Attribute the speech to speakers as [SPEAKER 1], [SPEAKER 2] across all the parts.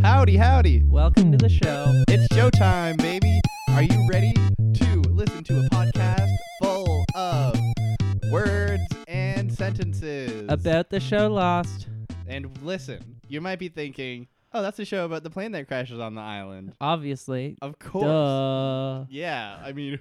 [SPEAKER 1] Howdy, howdy.
[SPEAKER 2] Welcome to the show.
[SPEAKER 1] It's showtime, baby. Are you ready to listen to a podcast full of words and sentences?
[SPEAKER 2] About the show Lost.
[SPEAKER 1] And listen, you might be thinking, oh, that's a show about the plane that crashes on the island.
[SPEAKER 2] Obviously.
[SPEAKER 1] Of course.
[SPEAKER 2] Duh.
[SPEAKER 1] Yeah, I mean,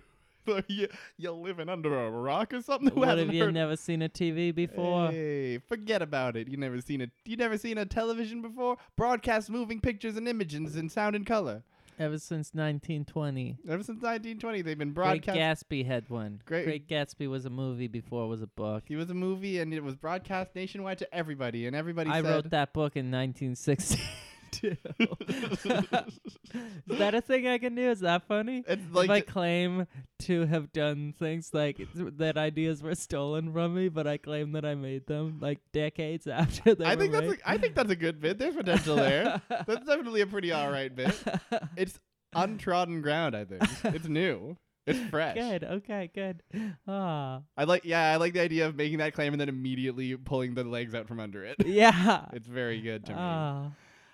[SPEAKER 1] you, you're living under a rock or something? Who
[SPEAKER 2] What
[SPEAKER 1] hasn't
[SPEAKER 2] have you
[SPEAKER 1] heard-
[SPEAKER 2] never seen a TV before?
[SPEAKER 1] Hey, forget about it. You never seen a you never seen a television before? Broadcast moving pictures and images in sound and color.
[SPEAKER 2] Ever since 1920.
[SPEAKER 1] Ever since 1920, they've been
[SPEAKER 2] Great
[SPEAKER 1] broadcast.
[SPEAKER 2] Gatsby had one.
[SPEAKER 1] Great-
[SPEAKER 2] Great Gatsby was a movie before it was a book.
[SPEAKER 1] He was a movie, and it was broadcast nationwide to everybody, and everybody
[SPEAKER 2] I
[SPEAKER 1] said,
[SPEAKER 2] wrote that book in 1962. Is that a thing I can do? Is that funny?
[SPEAKER 1] It's
[SPEAKER 2] if I
[SPEAKER 1] like
[SPEAKER 2] claim to have done things like it's- that ideas were stolen from me, but I claim that I made them like decades after they
[SPEAKER 1] I
[SPEAKER 2] were
[SPEAKER 1] think that's
[SPEAKER 2] made.
[SPEAKER 1] a, I think that's a good bit. There's potential there. that's definitely a pretty all right bit. It's untrodden ground. I think it's new. It's fresh.
[SPEAKER 2] good. Okay, good. Ah,
[SPEAKER 1] I like. Yeah, I like the idea of making that claim and then immediately pulling the legs out from under it.
[SPEAKER 2] yeah.
[SPEAKER 1] it's very good to me.
[SPEAKER 2] Ah,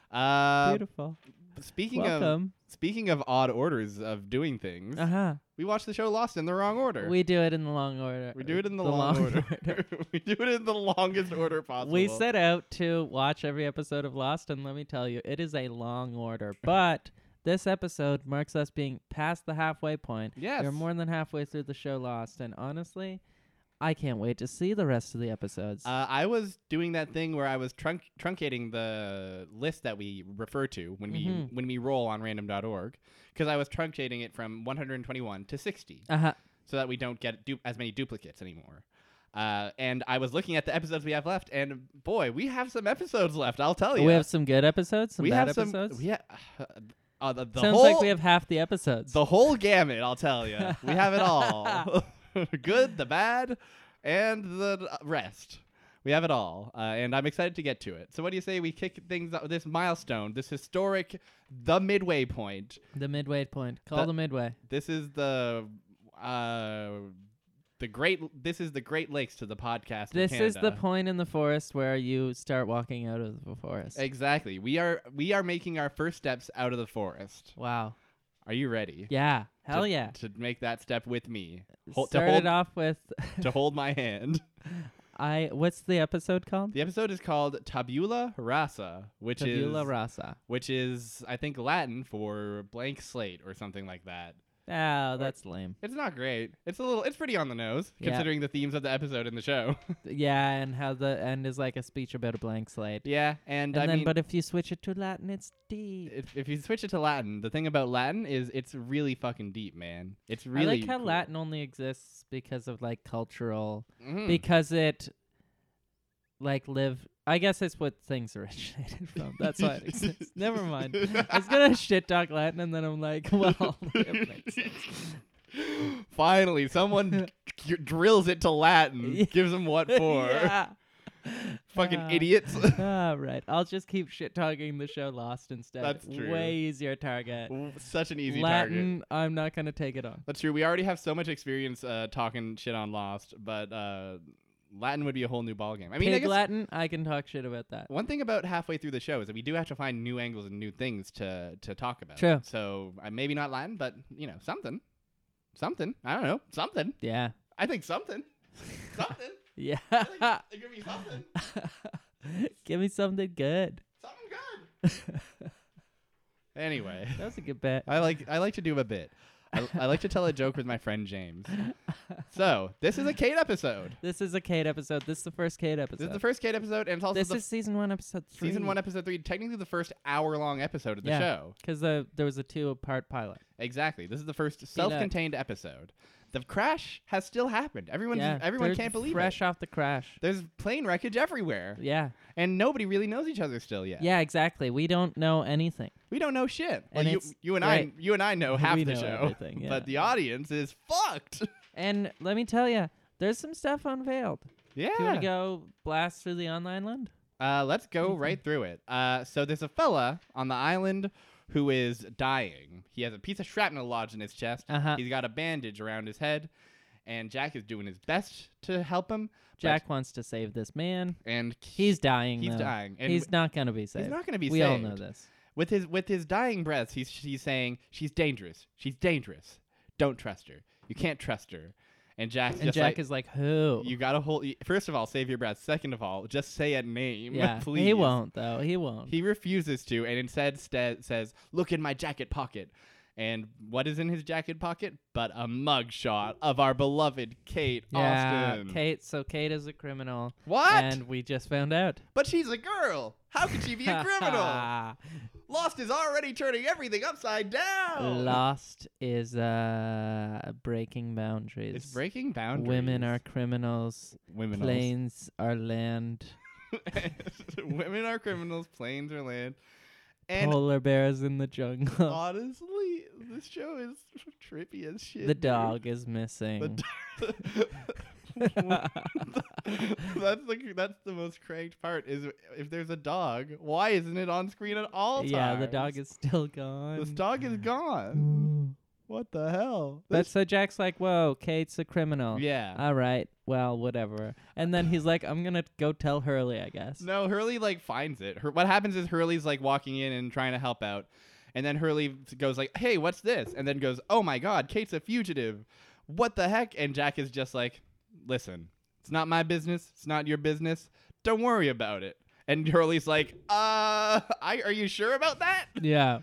[SPEAKER 1] Uh,
[SPEAKER 2] beautiful.
[SPEAKER 1] speaking of
[SPEAKER 2] Welcome.
[SPEAKER 1] speaking of odd orders of doing things,
[SPEAKER 2] Uh huh.
[SPEAKER 1] we watched the show Lost in the wrong order.
[SPEAKER 2] We do it in the long order.
[SPEAKER 1] We do it in the,
[SPEAKER 2] the
[SPEAKER 1] long,
[SPEAKER 2] long
[SPEAKER 1] order. we do it in the longest order possible.
[SPEAKER 2] We set out to watch every episode of Lost, and let me tell you, it is a long order. But this episode marks us being past the halfway point.
[SPEAKER 1] Yes.
[SPEAKER 2] We're more than halfway through the show Lost, and honestly, I can't wait to see the rest of the episodes.
[SPEAKER 1] Uh, I was doing that thing where I was trunc- truncating the list that we refer to when we
[SPEAKER 2] Mhm.
[SPEAKER 1] when we roll on random.org because I was truncating it from 121 to 60
[SPEAKER 2] huh.
[SPEAKER 1] so that we don't get du- as many duplicates anymore. Uh, and I was looking at the episodes we have left, and boy, we have some episodes left. I'll tell you,
[SPEAKER 2] We have some good episodes, some
[SPEAKER 1] oh, we
[SPEAKER 2] bad
[SPEAKER 1] have some.
[SPEAKER 2] episodes.
[SPEAKER 1] Yeah, uh, the, the
[SPEAKER 2] Sounds
[SPEAKER 1] whole
[SPEAKER 2] like we have half the episodes.
[SPEAKER 1] the whole gamut. I'll tell you, we have it all: good, the bad, and the uh, rest. We have it all, uh, and I'm excited to get to it. So, what do you say we kick things up this milestone, this historic, the midway point?
[SPEAKER 2] The midway point. Call
[SPEAKER 1] The-
[SPEAKER 2] the midway.
[SPEAKER 1] This is the, uh, the great. This is the Great Lakes to the podcast. in
[SPEAKER 2] This is the
[SPEAKER 1] Canada.
[SPEAKER 2] point in the forest where you start walking out of the forest.
[SPEAKER 1] Exactly. We are we are making our first steps out of the forest.
[SPEAKER 2] Wow.
[SPEAKER 1] Are you ready?
[SPEAKER 2] Yeah. Hell
[SPEAKER 1] to,
[SPEAKER 2] yeah.
[SPEAKER 1] To make that step with me, Hol- to
[SPEAKER 2] Started
[SPEAKER 1] hold-
[SPEAKER 2] off with
[SPEAKER 1] to hold my hand.
[SPEAKER 2] I. What's the episode called?
[SPEAKER 1] The episode is called Tabula Rasa, which
[SPEAKER 2] Tabula
[SPEAKER 1] is
[SPEAKER 2] rasa.
[SPEAKER 1] which is I think Latin for blank slate or something like that.
[SPEAKER 2] Oh, that's lame.
[SPEAKER 1] It's not great. It's a little it's pretty on the nose
[SPEAKER 2] Yeah.
[SPEAKER 1] considering the themes of the episode and the show.
[SPEAKER 2] Yeah, and how the end is like a speech about a blank slate.
[SPEAKER 1] yeah, and,
[SPEAKER 2] And,
[SPEAKER 1] I
[SPEAKER 2] then,
[SPEAKER 1] mean
[SPEAKER 2] but if you switch it to Latin, it's deep.
[SPEAKER 1] if, if you switch it to Latin, the thing about Latin is it's really fucking deep, man. It's really
[SPEAKER 2] I like how
[SPEAKER 1] cool.
[SPEAKER 2] Latin only exists because of like cultural,
[SPEAKER 1] Mhm.
[SPEAKER 2] because it like live. I guess it's what things originated from. That's why it exists. Never mind. I was gonna shit talk Latin, and then I'm like, well, it makes sense.
[SPEAKER 1] Finally, someone d- drills it to Latin,
[SPEAKER 2] Yeah.
[SPEAKER 1] gives them what for.
[SPEAKER 2] yeah.
[SPEAKER 1] Fucking
[SPEAKER 2] Ah.
[SPEAKER 1] idiots.
[SPEAKER 2] All right, I'll just keep shit talking the show Lost instead.
[SPEAKER 1] That's true.
[SPEAKER 2] Way easier target.
[SPEAKER 1] Such an easy target.
[SPEAKER 2] Latin, I'm not gonna take it on.
[SPEAKER 1] That's true. We already have so much experience uh, talking shit on Lost, but uh, Latin would be a whole new ballgame. I mean, I
[SPEAKER 2] Pig
[SPEAKER 1] guess
[SPEAKER 2] Latin, I can talk shit about that.
[SPEAKER 1] one thing about halfway through the show is that we do have to find new angles and new things to to talk about.
[SPEAKER 2] True.
[SPEAKER 1] So uh, maybe not Latin, but you know something, something. I don't know something.
[SPEAKER 2] Yeah,
[SPEAKER 1] I think something, something. I think
[SPEAKER 2] yeah.
[SPEAKER 1] there could be something,
[SPEAKER 2] Give me something good.
[SPEAKER 1] something good. Anyway,
[SPEAKER 2] That was a good bet.
[SPEAKER 1] I like I like to do a bit. I, I like to tell a joke with my friend James. So this is a Kate episode.
[SPEAKER 2] This is a Kate episode. This is the first Kate
[SPEAKER 1] This is
[SPEAKER 2] episode.
[SPEAKER 1] the first Kate episode, and it's also
[SPEAKER 2] This
[SPEAKER 1] the
[SPEAKER 2] is season one, episode three.
[SPEAKER 1] season one, episode three, technically the first hour long episode of the
[SPEAKER 2] Yeah.
[SPEAKER 1] show.
[SPEAKER 2] because the, uh, there was a two-part pilot.
[SPEAKER 1] Exactly. This is the first self contained episode. The crash has still happened. Everyone,
[SPEAKER 2] yeah,
[SPEAKER 1] everyone
[SPEAKER 2] they're
[SPEAKER 1] can't believe
[SPEAKER 2] fresh
[SPEAKER 1] it.
[SPEAKER 2] off the crash.
[SPEAKER 1] There's plane wreckage everywhere,
[SPEAKER 2] Yeah,
[SPEAKER 1] and nobody really knows each other still yet.
[SPEAKER 2] yeah, exactly. We don't know anything.
[SPEAKER 1] We don't know shit. Well,
[SPEAKER 2] And
[SPEAKER 1] you,
[SPEAKER 2] it's
[SPEAKER 1] you and I,
[SPEAKER 2] great.
[SPEAKER 1] you and I know half
[SPEAKER 2] We
[SPEAKER 1] the
[SPEAKER 2] know
[SPEAKER 1] show,
[SPEAKER 2] everything, yeah.
[SPEAKER 1] but the audience is fucked.
[SPEAKER 2] And let me tell you, there's some stuff unveiled. Do you want
[SPEAKER 1] yeah.
[SPEAKER 2] to go blast through the online land?
[SPEAKER 1] Uh, let's go
[SPEAKER 2] Mm-hmm.
[SPEAKER 1] right through it. Uh, so there's a fella on the island who is dying. He has a piece of shrapnel lodged in his chest.
[SPEAKER 2] Uh-huh.
[SPEAKER 1] He's got a bandage around his head, and Jack is doing his best to help him. but-
[SPEAKER 2] Jack wants to save this man.
[SPEAKER 1] and
[SPEAKER 2] He's dying.
[SPEAKER 1] he's
[SPEAKER 2] though.
[SPEAKER 1] dying. And
[SPEAKER 2] He's not gonna be saved.
[SPEAKER 1] he's not going to be
[SPEAKER 2] we
[SPEAKER 1] saved.
[SPEAKER 2] all know this.
[SPEAKER 1] with his with his dying breaths, he's he's saying she's dangerous. She's dangerous. Don't trust her. You can't trust her. And Jack's
[SPEAKER 2] And
[SPEAKER 1] just
[SPEAKER 2] Jack
[SPEAKER 1] like,
[SPEAKER 2] is like, who?
[SPEAKER 1] you gotta hold. y- First of all, save your breath. Second of all, just say a name,
[SPEAKER 2] yeah,
[SPEAKER 1] please.
[SPEAKER 2] he won't though. He won't.
[SPEAKER 1] He refuses to, and instead sta- says, "Look in my jacket pocket." And what is in his jacket pocket? But a mugshot of our beloved Kate
[SPEAKER 2] yeah,
[SPEAKER 1] Austin.
[SPEAKER 2] Kate. So Kate is a criminal,
[SPEAKER 1] What?
[SPEAKER 2] and we just found out.
[SPEAKER 1] But she's a girl. How could she be a criminal? Lost is already turning everything upside down.
[SPEAKER 2] Lost is uh breaking boundaries.
[SPEAKER 1] It's breaking boundaries.
[SPEAKER 2] Women are criminals.
[SPEAKER 1] women.
[SPEAKER 2] Planes are land.
[SPEAKER 1] women are criminals. Planes are land. And
[SPEAKER 2] Polar bears in the jungle.
[SPEAKER 1] honestly, this show is trippy as shit.
[SPEAKER 2] the
[SPEAKER 1] dude.
[SPEAKER 2] dog is missing.
[SPEAKER 1] The dog. that's the that's the most cranked part is if there's a dog, why isn't it on screen at all?
[SPEAKER 2] yeah, the
[SPEAKER 1] times?
[SPEAKER 2] dog is still gone.
[SPEAKER 1] This dog is gone.
[SPEAKER 2] Ooh.
[SPEAKER 1] What the hell?
[SPEAKER 2] But
[SPEAKER 1] This-
[SPEAKER 2] so Jack's like, "Whoa, Kate's a criminal."
[SPEAKER 1] yeah.
[SPEAKER 2] All right. Well, whatever. And then he's like, "I'm gonna go tell Hurley, I guess."
[SPEAKER 1] No, Hurley like finds it. Her- what happens is Hurley's like walking in and trying to help out, and then Hurley goes like, "Hey, what's this?" And then goes, "Oh my God, Kate's a fugitive. What the heck?" And Jack is just like, "Listen, it's not my business. It's not your business. Don't worry about it." And Hurley's like, "Uh, I are you sure about that?"
[SPEAKER 2] Yeah.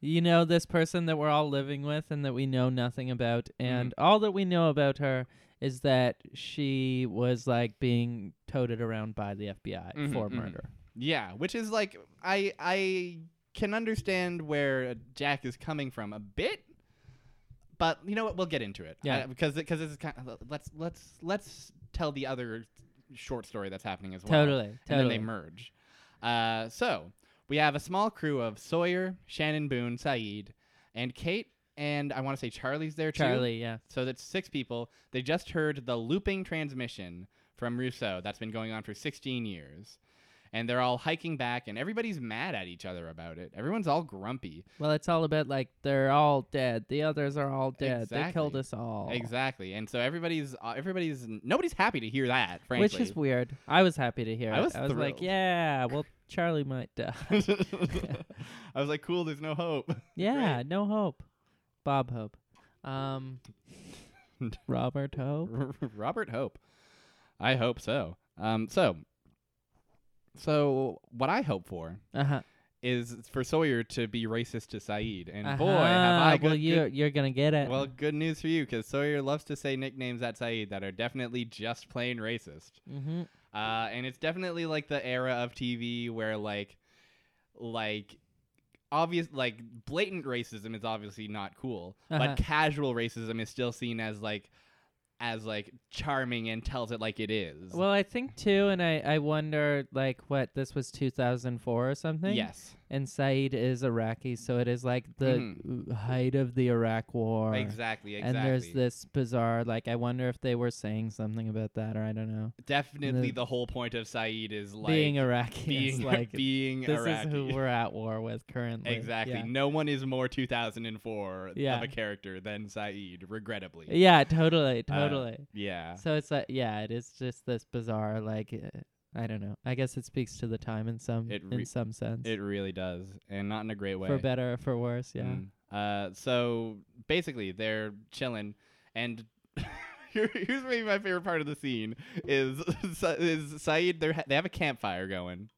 [SPEAKER 2] You know this person that we're all living with and that we know nothing about,
[SPEAKER 1] Mm-hmm.
[SPEAKER 2] and all that we know about her is that she was like being toted around by the FBI
[SPEAKER 1] Mhm,
[SPEAKER 2] for
[SPEAKER 1] mhm.
[SPEAKER 2] murder.
[SPEAKER 1] Yeah, which is like I I can understand where Jack is coming from a bit, but you know what? We'll get into it.
[SPEAKER 2] Yeah.
[SPEAKER 1] I- because because this is kind of let's let's let's tell the other short story that's happening as well.
[SPEAKER 2] Totally,
[SPEAKER 1] And then
[SPEAKER 2] totally.
[SPEAKER 1] they merge. Uh, so we have a small crew of Sawyer, Shannon Boone, Saeed, and Kate, and I want to say Charlie's there too.
[SPEAKER 2] Charlie, yeah.
[SPEAKER 1] So that's six people. They just heard the looping transmission from Rousseau that's been going on for 16 years. And they're all hiking back, and everybody's mad at each other about it. Everyone's all grumpy.
[SPEAKER 2] Well, it's all about like they're all dead. The others are all dead. They killed
[SPEAKER 1] Exactly.
[SPEAKER 2] us all.
[SPEAKER 1] Exactly. And so everybody's, uh, everybody's, nobody's happy to hear that,
[SPEAKER 2] Which
[SPEAKER 1] frankly.
[SPEAKER 2] is weird. I was happy to hear
[SPEAKER 1] I
[SPEAKER 2] it.
[SPEAKER 1] was
[SPEAKER 2] I was like,
[SPEAKER 1] thrilled.
[SPEAKER 2] yeah, well, Charlie might die.
[SPEAKER 1] I was like, cool, there's no hope.
[SPEAKER 2] yeah, no hope. Bob Hope. Um, Robert Hope.
[SPEAKER 1] Robert Hope. I hope so. Um, so, so what I hope for
[SPEAKER 2] Uh huh.
[SPEAKER 1] is for Sawyer to be racist to Saeed. And boy, have I got
[SPEAKER 2] Uh-huh. well,
[SPEAKER 1] good,
[SPEAKER 2] you're you're gonna get it.
[SPEAKER 1] well, good news for you, because Sawyer loves to say nicknames at Saeed that are definitely just plain racist.
[SPEAKER 2] mm-hmm.
[SPEAKER 1] Uh, and it's definitely like the era of TV where like, like, obvious like blatant racism is obviously not cool,
[SPEAKER 2] Uh-huh.
[SPEAKER 1] but casual racism is still seen as like, as like charming and tells it like it is.
[SPEAKER 2] Well, I think too, and I I wonder like what this was 2004 or something.
[SPEAKER 1] yes,
[SPEAKER 2] And Saeed is Iraqi, so it is like the height of the Iraq War.
[SPEAKER 1] Mm-hmm. exactly, exactly.
[SPEAKER 2] And there's this bizarre like I wonder if they were saying something about that or I don't know.
[SPEAKER 1] definitely
[SPEAKER 2] the-
[SPEAKER 1] the whole point of Saeed is like
[SPEAKER 2] being Iraqi,
[SPEAKER 1] being
[SPEAKER 2] is like
[SPEAKER 1] being
[SPEAKER 2] this
[SPEAKER 1] Iraqi.
[SPEAKER 2] is who we're at war with currently.
[SPEAKER 1] exactly.
[SPEAKER 2] Yeah.
[SPEAKER 1] No one is more 2004
[SPEAKER 2] Yeah.
[SPEAKER 1] of a character than Saeed, regrettably.
[SPEAKER 2] Yeah, totally,
[SPEAKER 1] Uh,
[SPEAKER 2] totally.
[SPEAKER 1] yeah.
[SPEAKER 2] So it's like, yeah, it is just this bizarre, like, uh, I don't know. I guess it speaks to the time in some
[SPEAKER 1] It
[SPEAKER 2] in
[SPEAKER 1] re-
[SPEAKER 2] some sense,
[SPEAKER 1] It really does, and not in a great way.
[SPEAKER 2] for better or for worse. Yeah.
[SPEAKER 1] Mm. Uh, so basically, they're chilling, and here, here's maybe my favorite part of the scene is Sa- is Saeed. They they have a campfire going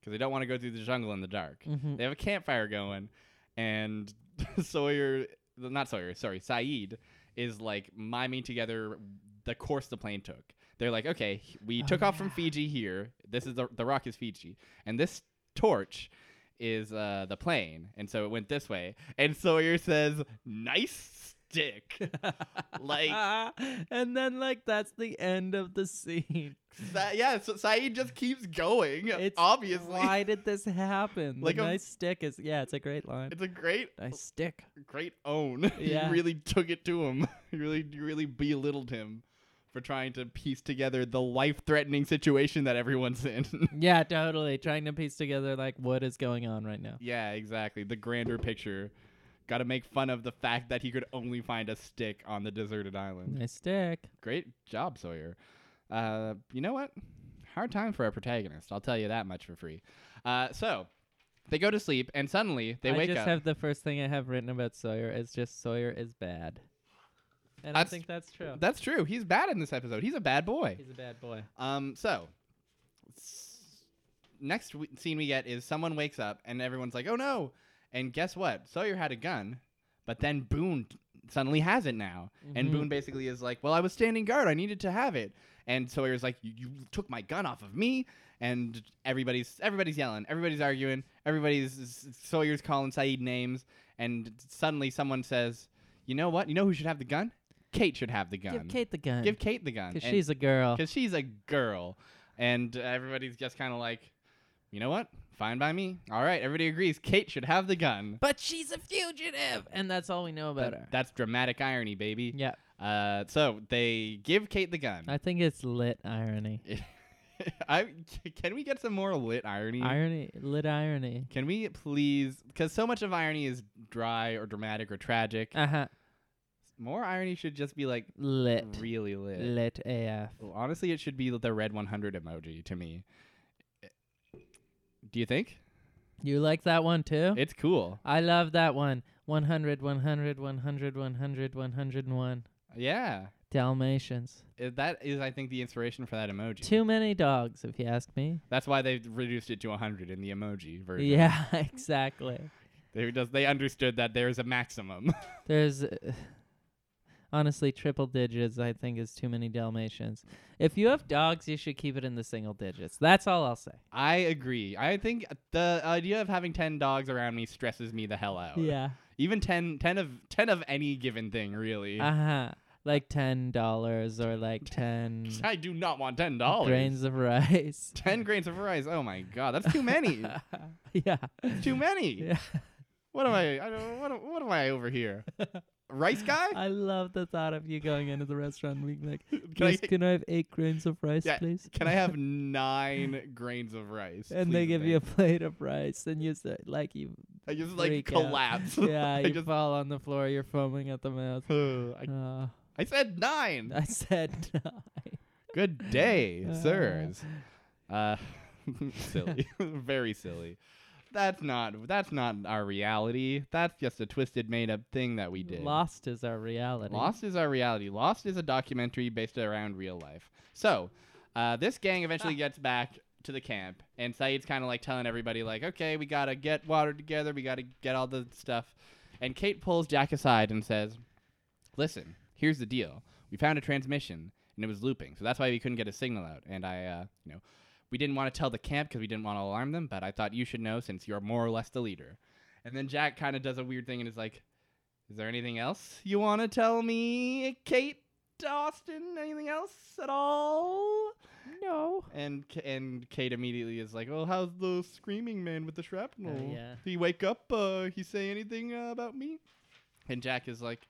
[SPEAKER 1] because they don't want to go through the jungle in the dark.
[SPEAKER 2] Mm-hmm.
[SPEAKER 1] They have a campfire going, and Sawyer, not Sawyer, sorry, Saeed is like miming together the course the plane took. They're like, okay, we
[SPEAKER 2] Oh,
[SPEAKER 1] took off from
[SPEAKER 2] yeah.
[SPEAKER 1] Fiji here. This is the, the rock is Fiji, and this torch is uh, the plane, and so it went this way. And Sawyer says, "Nice stick." like
[SPEAKER 2] Ah, and then like that's the end of the scene.
[SPEAKER 1] Sa- yeah, so Saeed just keeps going.
[SPEAKER 2] It's
[SPEAKER 1] obviously,
[SPEAKER 2] Why did this happen?
[SPEAKER 1] Like
[SPEAKER 2] the
[SPEAKER 1] a-
[SPEAKER 2] nice stick is yeah, it's a great line.
[SPEAKER 1] it's Oh. a great
[SPEAKER 2] Nice stick.
[SPEAKER 1] great own.
[SPEAKER 2] Yeah.
[SPEAKER 1] he really took it to him. he really, he really belittled him for trying to piece together the life-threatening situation that everyone's in.
[SPEAKER 2] Yeah, totally. Trying to piece together like what is going on right now.
[SPEAKER 1] yeah, exactly. The grander picture. Got to make fun of the fact that he could only find a stick on the deserted island.
[SPEAKER 2] Nice stick.
[SPEAKER 1] Great job, Sawyer. Uh, you know what? Hard time for our protagonist. I'll tell you that much for free. Uh, so They go to sleep, and suddenly they
[SPEAKER 2] I
[SPEAKER 1] wake
[SPEAKER 2] just
[SPEAKER 1] up.
[SPEAKER 2] have the first thing I have written about Sawyer is just Sawyer is bad, and I
[SPEAKER 1] That's-
[SPEAKER 2] think that's true.
[SPEAKER 1] That's true. He's bad in this episode. He's a bad boy.
[SPEAKER 2] He's a bad boy.
[SPEAKER 1] Um, so s- next w- scene we get is someone wakes up and everyone's like, "Oh no!" And guess what? Sawyer had a gun, but then Boone t- suddenly has it now, and
[SPEAKER 2] Mhm.
[SPEAKER 1] Boone basically is like, "Well, I was standing guard. I needed to have it." And Sawyer's like, "You you took my gun off of me." And everybody's everybody's yelling, everybody's arguing, everybody's s- Sawyer's calling Saeed names, and suddenly someone says, "You know what? You know who should have the gun? Kate should have the gun.
[SPEAKER 2] Give Kate the gun.
[SPEAKER 1] Give Kate the gun.
[SPEAKER 2] because
[SPEAKER 1] And-
[SPEAKER 2] she's a girl.
[SPEAKER 1] because she's a girl, and everybody's just kind of like, you know what? Fine by me. All right, everybody agrees. Kate should have the gun.
[SPEAKER 2] But she's a fugitive, and that's all we know about her.
[SPEAKER 1] That- that's dramatic irony, baby.
[SPEAKER 2] yeah,
[SPEAKER 1] Uh, so they give Kate the gun.
[SPEAKER 2] I think it's lit irony.
[SPEAKER 1] I c- can we get some more lit irony?
[SPEAKER 2] Irony, lit irony.
[SPEAKER 1] can we please? Because so much of irony is dry or dramatic or tragic.
[SPEAKER 2] Uh huh.
[SPEAKER 1] More irony should just be like
[SPEAKER 2] Lit,
[SPEAKER 1] really lit.
[SPEAKER 2] lit AF.
[SPEAKER 1] Well, Honestly, it should be the red 100 emoji to me. Do you think?
[SPEAKER 2] You like that one too?
[SPEAKER 1] It's cool.
[SPEAKER 2] I love that one. 100, 100, 100, 100, 101.
[SPEAKER 1] Yeah.
[SPEAKER 2] Dalmatians.
[SPEAKER 1] Uh, That is, I think, the inspiration for that emoji.
[SPEAKER 2] Too many dogs, if you ask me.
[SPEAKER 1] That's why they reduced it to 100 in the emoji version.
[SPEAKER 2] Yeah, exactly.
[SPEAKER 1] They, just, they understood that there is a maximum.
[SPEAKER 2] There's uh, honestly triple digits. I think is too many Dalmatians. If you have dogs, you should keep it in the single digits. That's all I'll say.
[SPEAKER 1] I agree. I think the idea of having 10 dogs around me stresses me the hell out.
[SPEAKER 2] Yeah.
[SPEAKER 1] Even 10, 10 of 10 of any given thing, really.
[SPEAKER 2] Uh huh. Like ten dollars or like ten
[SPEAKER 1] I do not want $10.
[SPEAKER 2] grains of rice.
[SPEAKER 1] 10 grains of rice. Oh my god, that's too many.
[SPEAKER 2] yeah.
[SPEAKER 1] too many.
[SPEAKER 2] Yeah.
[SPEAKER 1] What am I, I don't, what, am- what am I over here? Rice guy?
[SPEAKER 2] I love the thought of you going into the restaurant and being like,
[SPEAKER 1] Can I-
[SPEAKER 2] "Yes, can I have eight grains of rice,
[SPEAKER 1] Yeah,
[SPEAKER 2] please?"
[SPEAKER 1] Can I have nine grains of rice?
[SPEAKER 2] and they
[SPEAKER 1] please
[SPEAKER 2] give
[SPEAKER 1] and
[SPEAKER 2] you a plate of rice, and you say, like you,
[SPEAKER 1] I just like
[SPEAKER 2] freak out.
[SPEAKER 1] collapse.
[SPEAKER 2] yeah,
[SPEAKER 1] I
[SPEAKER 2] you
[SPEAKER 1] just-
[SPEAKER 2] fall on the floor, you're foaming at the mouth.
[SPEAKER 1] I,
[SPEAKER 2] Uh,
[SPEAKER 1] I said nine.
[SPEAKER 2] I said nine.
[SPEAKER 1] Good day,
[SPEAKER 2] Uh.
[SPEAKER 1] sirs. Uh, silly, very silly. That's not that's not our reality. That's just a twisted, made up thing that we did.
[SPEAKER 2] Lost is our reality.
[SPEAKER 1] Lost is our reality. Lost is a documentary based around real life. So, uh, this gang eventually gets back to the camp, and Saeed's kind of like telling everybody, like, okay, we gotta get water together, we gotta get all the stuff. And Kate pulls Jack aside and says, listen, here's the deal. We found a transmission, and it was looping, so that's why we couldn't get a signal out. And I, uh, you know, we didn't want to tell the camp because we didn't want to alarm them, but I thought you should know since you're more or less the leader. And then Jack kind of does a weird thing and is like, is there anything else you want to tell me, Kate Austin? Anything else at all?
[SPEAKER 2] No.
[SPEAKER 1] And K- and Kate immediately is like, "Well, how's the screaming man with the shrapnel?
[SPEAKER 2] Uh, yeah.
[SPEAKER 1] Did he wake up? Uh, he say anything uh, about me?" And Jack is like,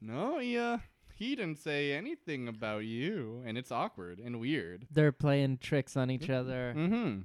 [SPEAKER 1] "No, he uh, he didn't say anything about you." And it's awkward and weird.
[SPEAKER 2] They're playing tricks on each other.
[SPEAKER 1] Mm-hmm.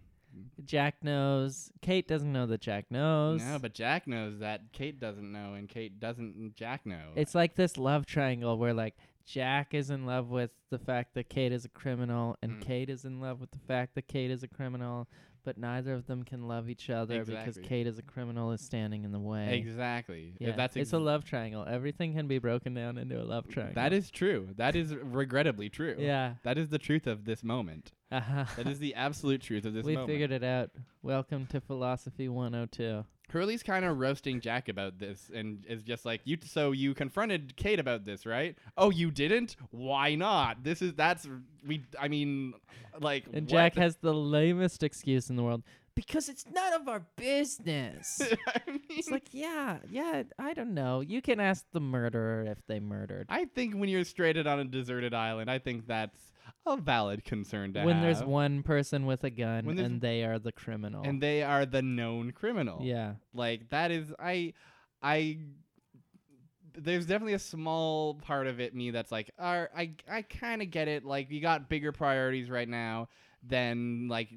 [SPEAKER 2] Jack knows. Kate doesn't know that Jack knows.
[SPEAKER 1] No, but Jack knows that Kate doesn't know, and Kate doesn't. and Jack know.
[SPEAKER 2] It's like this love triangle where like Jack is in love with the fact that Kate is a criminal and
[SPEAKER 1] Mm.
[SPEAKER 2] Kate is in love with the fact that Kate is a criminal, but neither of them can love each other
[SPEAKER 1] Exactly.
[SPEAKER 2] because Kate as a criminal is standing in the way.
[SPEAKER 1] exactly.
[SPEAKER 2] Yeah,
[SPEAKER 1] That's
[SPEAKER 2] it's a love triangle. Everything can be broken down into a love triangle.
[SPEAKER 1] That is true. That is regrettably true.
[SPEAKER 2] Yeah.
[SPEAKER 1] That is the truth of this moment.
[SPEAKER 2] Uh-huh.
[SPEAKER 1] That is the absolute truth of this
[SPEAKER 2] we
[SPEAKER 1] moment.
[SPEAKER 2] figured it out. Welcome to Philosophy 102.
[SPEAKER 1] Hurley's kind of roasting Jack about this and is just like, "You so you confronted Kate about this, right? Oh, you didn't? Why not? This is that's we I mean like
[SPEAKER 2] And
[SPEAKER 1] what
[SPEAKER 2] Jack
[SPEAKER 1] the-
[SPEAKER 2] has the lamest excuse in the world because it's none of our business.
[SPEAKER 1] I mean,
[SPEAKER 2] It's like, yeah, yeah, I don't know. You can ask the murderer if they murdered.
[SPEAKER 1] I think when you're stranded on a deserted island, I think that's a valid concern to
[SPEAKER 2] When there's
[SPEAKER 1] have.
[SPEAKER 2] one person with a gun
[SPEAKER 1] When there's-
[SPEAKER 2] and they are the criminal.
[SPEAKER 1] and they are the known criminal.
[SPEAKER 2] yeah.
[SPEAKER 1] Like that is I I there's definitely a small part of it me that's like, "Ar- I I kind of get it. Like you got bigger priorities right now than like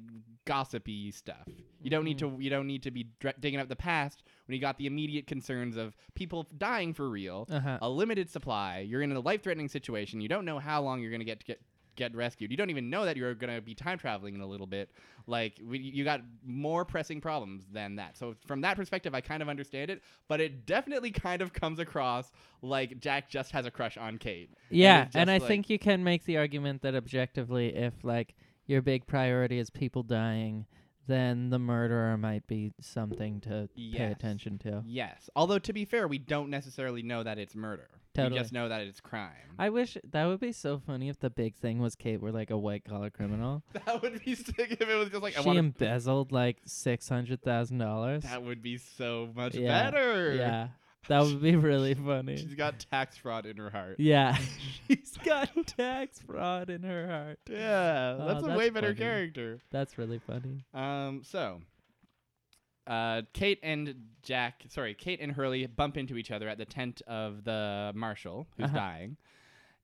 [SPEAKER 1] gossipy stuff. You don't need to you don't need to be dr- digging up the past when you got the immediate concerns of people dying for real,
[SPEAKER 2] Uh huh.
[SPEAKER 1] a limited supply, you're in a life-threatening situation, you don't know how long you're going to get to get get rescued. You don't even know that you're going to be time traveling in a little bit. Like we, you got more pressing problems than that. So from that perspective, I kind of understand it, but it definitely kind of comes across like Jack just has a crush on Kate.
[SPEAKER 2] Yeah,
[SPEAKER 1] it's
[SPEAKER 2] and
[SPEAKER 1] just
[SPEAKER 2] I
[SPEAKER 1] like-
[SPEAKER 2] think you can make the argument that objectively, if like your big priority is people dying, then the murderer might be something to pay
[SPEAKER 1] Yes.
[SPEAKER 2] attention to.
[SPEAKER 1] Yes. Although to be fair, we don't necessarily know that it's murder. We
[SPEAKER 2] Totally.
[SPEAKER 1] just know that it's crime.
[SPEAKER 2] I wish that would be so funny if the big thing was Kate were like a white collar criminal.
[SPEAKER 1] that would be sick if it was just like I
[SPEAKER 2] she
[SPEAKER 1] want.
[SPEAKER 2] embezzled like six hundred thousand dollars.
[SPEAKER 1] that would be so much
[SPEAKER 2] Yeah.
[SPEAKER 1] better.
[SPEAKER 2] Yeah, that would be really funny.
[SPEAKER 1] She's got tax fraud in her heart.
[SPEAKER 2] Yeah, she's got tax fraud in her heart.
[SPEAKER 1] Yeah,
[SPEAKER 2] Oh,
[SPEAKER 1] that's a
[SPEAKER 2] that's
[SPEAKER 1] way better
[SPEAKER 2] funny.
[SPEAKER 1] character.
[SPEAKER 2] That's really funny.
[SPEAKER 1] Um, so, uh, Kate and Jack, sorry, Kate and Hurley bump into each other at the tent of the marshal who's
[SPEAKER 2] Uh-huh.
[SPEAKER 1] dying,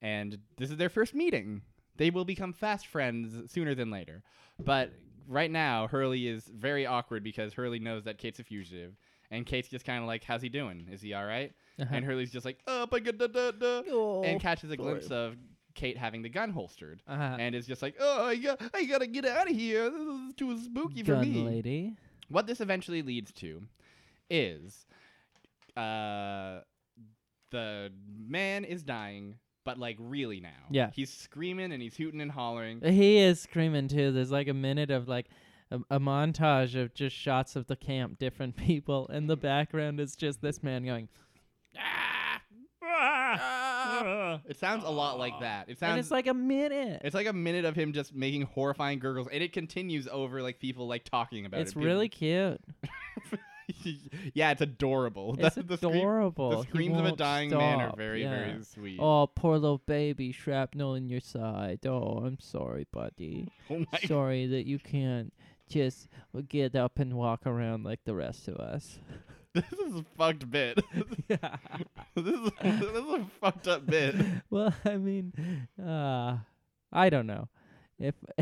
[SPEAKER 1] and this is their first meeting. They will become fast friends sooner than later, but right now Hurley is very awkward because Hurley knows that Kate's a fugitive, and Kate's just kind of like, "How's he doing? Is he all right?"
[SPEAKER 2] Uh-huh. Oh,
[SPEAKER 1] And Hurley's just like, "Up, I da da da," and catches a
[SPEAKER 2] boy.
[SPEAKER 1] glimpse of Kate having the gun holstered.
[SPEAKER 2] uh-huh.
[SPEAKER 1] And is just like, oh, I, got, I gotta get out of here. This is too spooky for
[SPEAKER 2] gun
[SPEAKER 1] me
[SPEAKER 2] lady.
[SPEAKER 1] what this eventually leads to is uh the man is dying but like really now
[SPEAKER 2] Yeah.
[SPEAKER 1] he's screaming and he's hooting and hollering
[SPEAKER 2] He is screaming too. There's like a minute of like a, a montage of just shots of the camp, different people, and the background is just this man going.
[SPEAKER 1] Ah!
[SPEAKER 2] "Ah."
[SPEAKER 1] it sounds a lot like that it sounds
[SPEAKER 2] And it's like a minute.
[SPEAKER 1] it's like a minute of him just making horrifying gurgles and it continues over like people like talking about
[SPEAKER 2] It's
[SPEAKER 1] it
[SPEAKER 2] really cute.
[SPEAKER 1] really yeah it's adorable
[SPEAKER 2] It's
[SPEAKER 1] The scream-
[SPEAKER 2] adorable.
[SPEAKER 1] the
[SPEAKER 2] He
[SPEAKER 1] screams of a
[SPEAKER 2] won't
[SPEAKER 1] dying man are
[SPEAKER 2] stop.
[SPEAKER 1] very
[SPEAKER 2] Yeah.
[SPEAKER 1] very sweet
[SPEAKER 2] Oh, poor little baby shrapnel in your side. Oh, I'm sorry, buddy.
[SPEAKER 1] Oh my
[SPEAKER 2] sorry that you can't just get up and walk around like the rest of us.
[SPEAKER 1] this is a fucked bit
[SPEAKER 2] yeah.
[SPEAKER 1] this, is, this is a fucked up bit.
[SPEAKER 2] well, I mean, uh, I don't know. If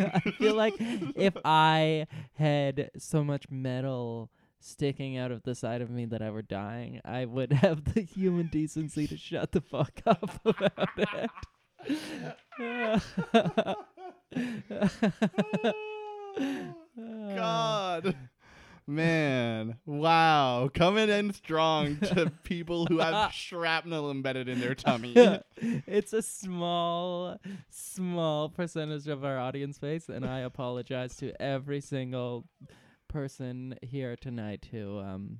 [SPEAKER 2] I feel like if I had so much metal sticking out of the side of me that I were dying, I would have the human decency to shut the fuck up about it.
[SPEAKER 1] God. Man, wow. Coming in strong to people who have shrapnel embedded in their tummy.
[SPEAKER 2] it's a small, small percentage of our audience base, and I apologize to every single person here tonight who um,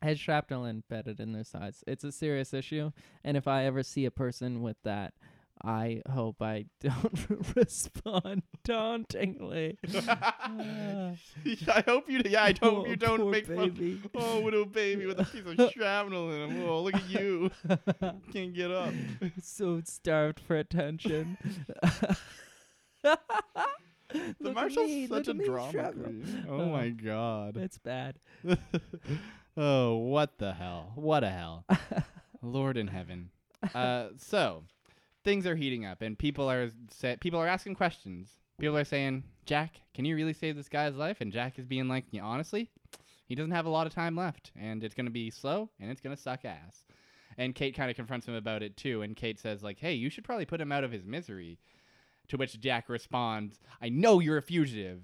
[SPEAKER 2] has shrapnel embedded in their sides. It's a serious issue, and if I ever see a person with that, I hope I don't respond dauntingly.
[SPEAKER 1] I hope you yeah, I don't
[SPEAKER 2] Oh,
[SPEAKER 1] hope you don't make fun. Oh, little baby with a piece of shrapnel in him. Oh, look at you.
[SPEAKER 2] fun.
[SPEAKER 1] Can't get up.
[SPEAKER 2] so starved for attention.
[SPEAKER 1] The marshal's such a drama queen. Oh
[SPEAKER 2] Oh.
[SPEAKER 1] my god.
[SPEAKER 2] It's bad.
[SPEAKER 1] oh, what the hell? What a hell. Lord in heaven. Uh, so, things are heating up, and people are sa- people are asking questions. People are saying, "Jack, can you really save this guy's life?" And Jack is being like, yeah, "Honestly, he doesn't have a lot of time left, and it's gonna be slow, and it's gonna suck ass." And Kate kind of confronts him about it too, and Kate says, "Like, hey, you should probably put him out of his misery." To which Jack responds, "I know you're a fugitive,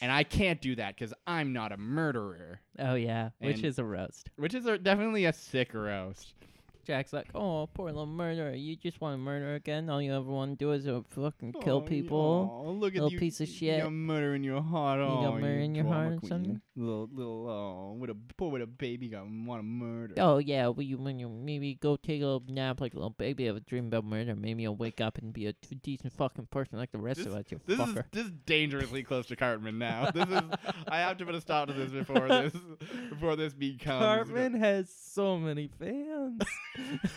[SPEAKER 1] and I can't do that because I'm not a murderer."
[SPEAKER 2] Oh yeah, which
[SPEAKER 1] And-
[SPEAKER 2] is a roast.
[SPEAKER 1] Which is a, definitely a sick roast.
[SPEAKER 2] Jack's like, oh, poor little murderer. You just want to murder again. All you ever want to do is uh, fucking kill
[SPEAKER 1] y-
[SPEAKER 2] people.
[SPEAKER 1] aw, look
[SPEAKER 2] Little piece of shit.
[SPEAKER 1] You're murdering your heart. You
[SPEAKER 2] got
[SPEAKER 1] oh,
[SPEAKER 2] murder in your
[SPEAKER 1] drama
[SPEAKER 2] heart or
[SPEAKER 1] queen.
[SPEAKER 2] something?
[SPEAKER 1] Little, little, oh, with a poor, with a baby, got want to murder.
[SPEAKER 2] Oh yeah, well, you when you maybe go take a little nap like a little baby. Have a dream about murder. Maybe you'll wake up and be a t- decent fucking person like the rest of us. You
[SPEAKER 1] This
[SPEAKER 2] fucker.
[SPEAKER 1] is this is dangerously close to Cartman now. This is I have to put a stop to this before this before this becomes
[SPEAKER 2] Cartman has so many fans.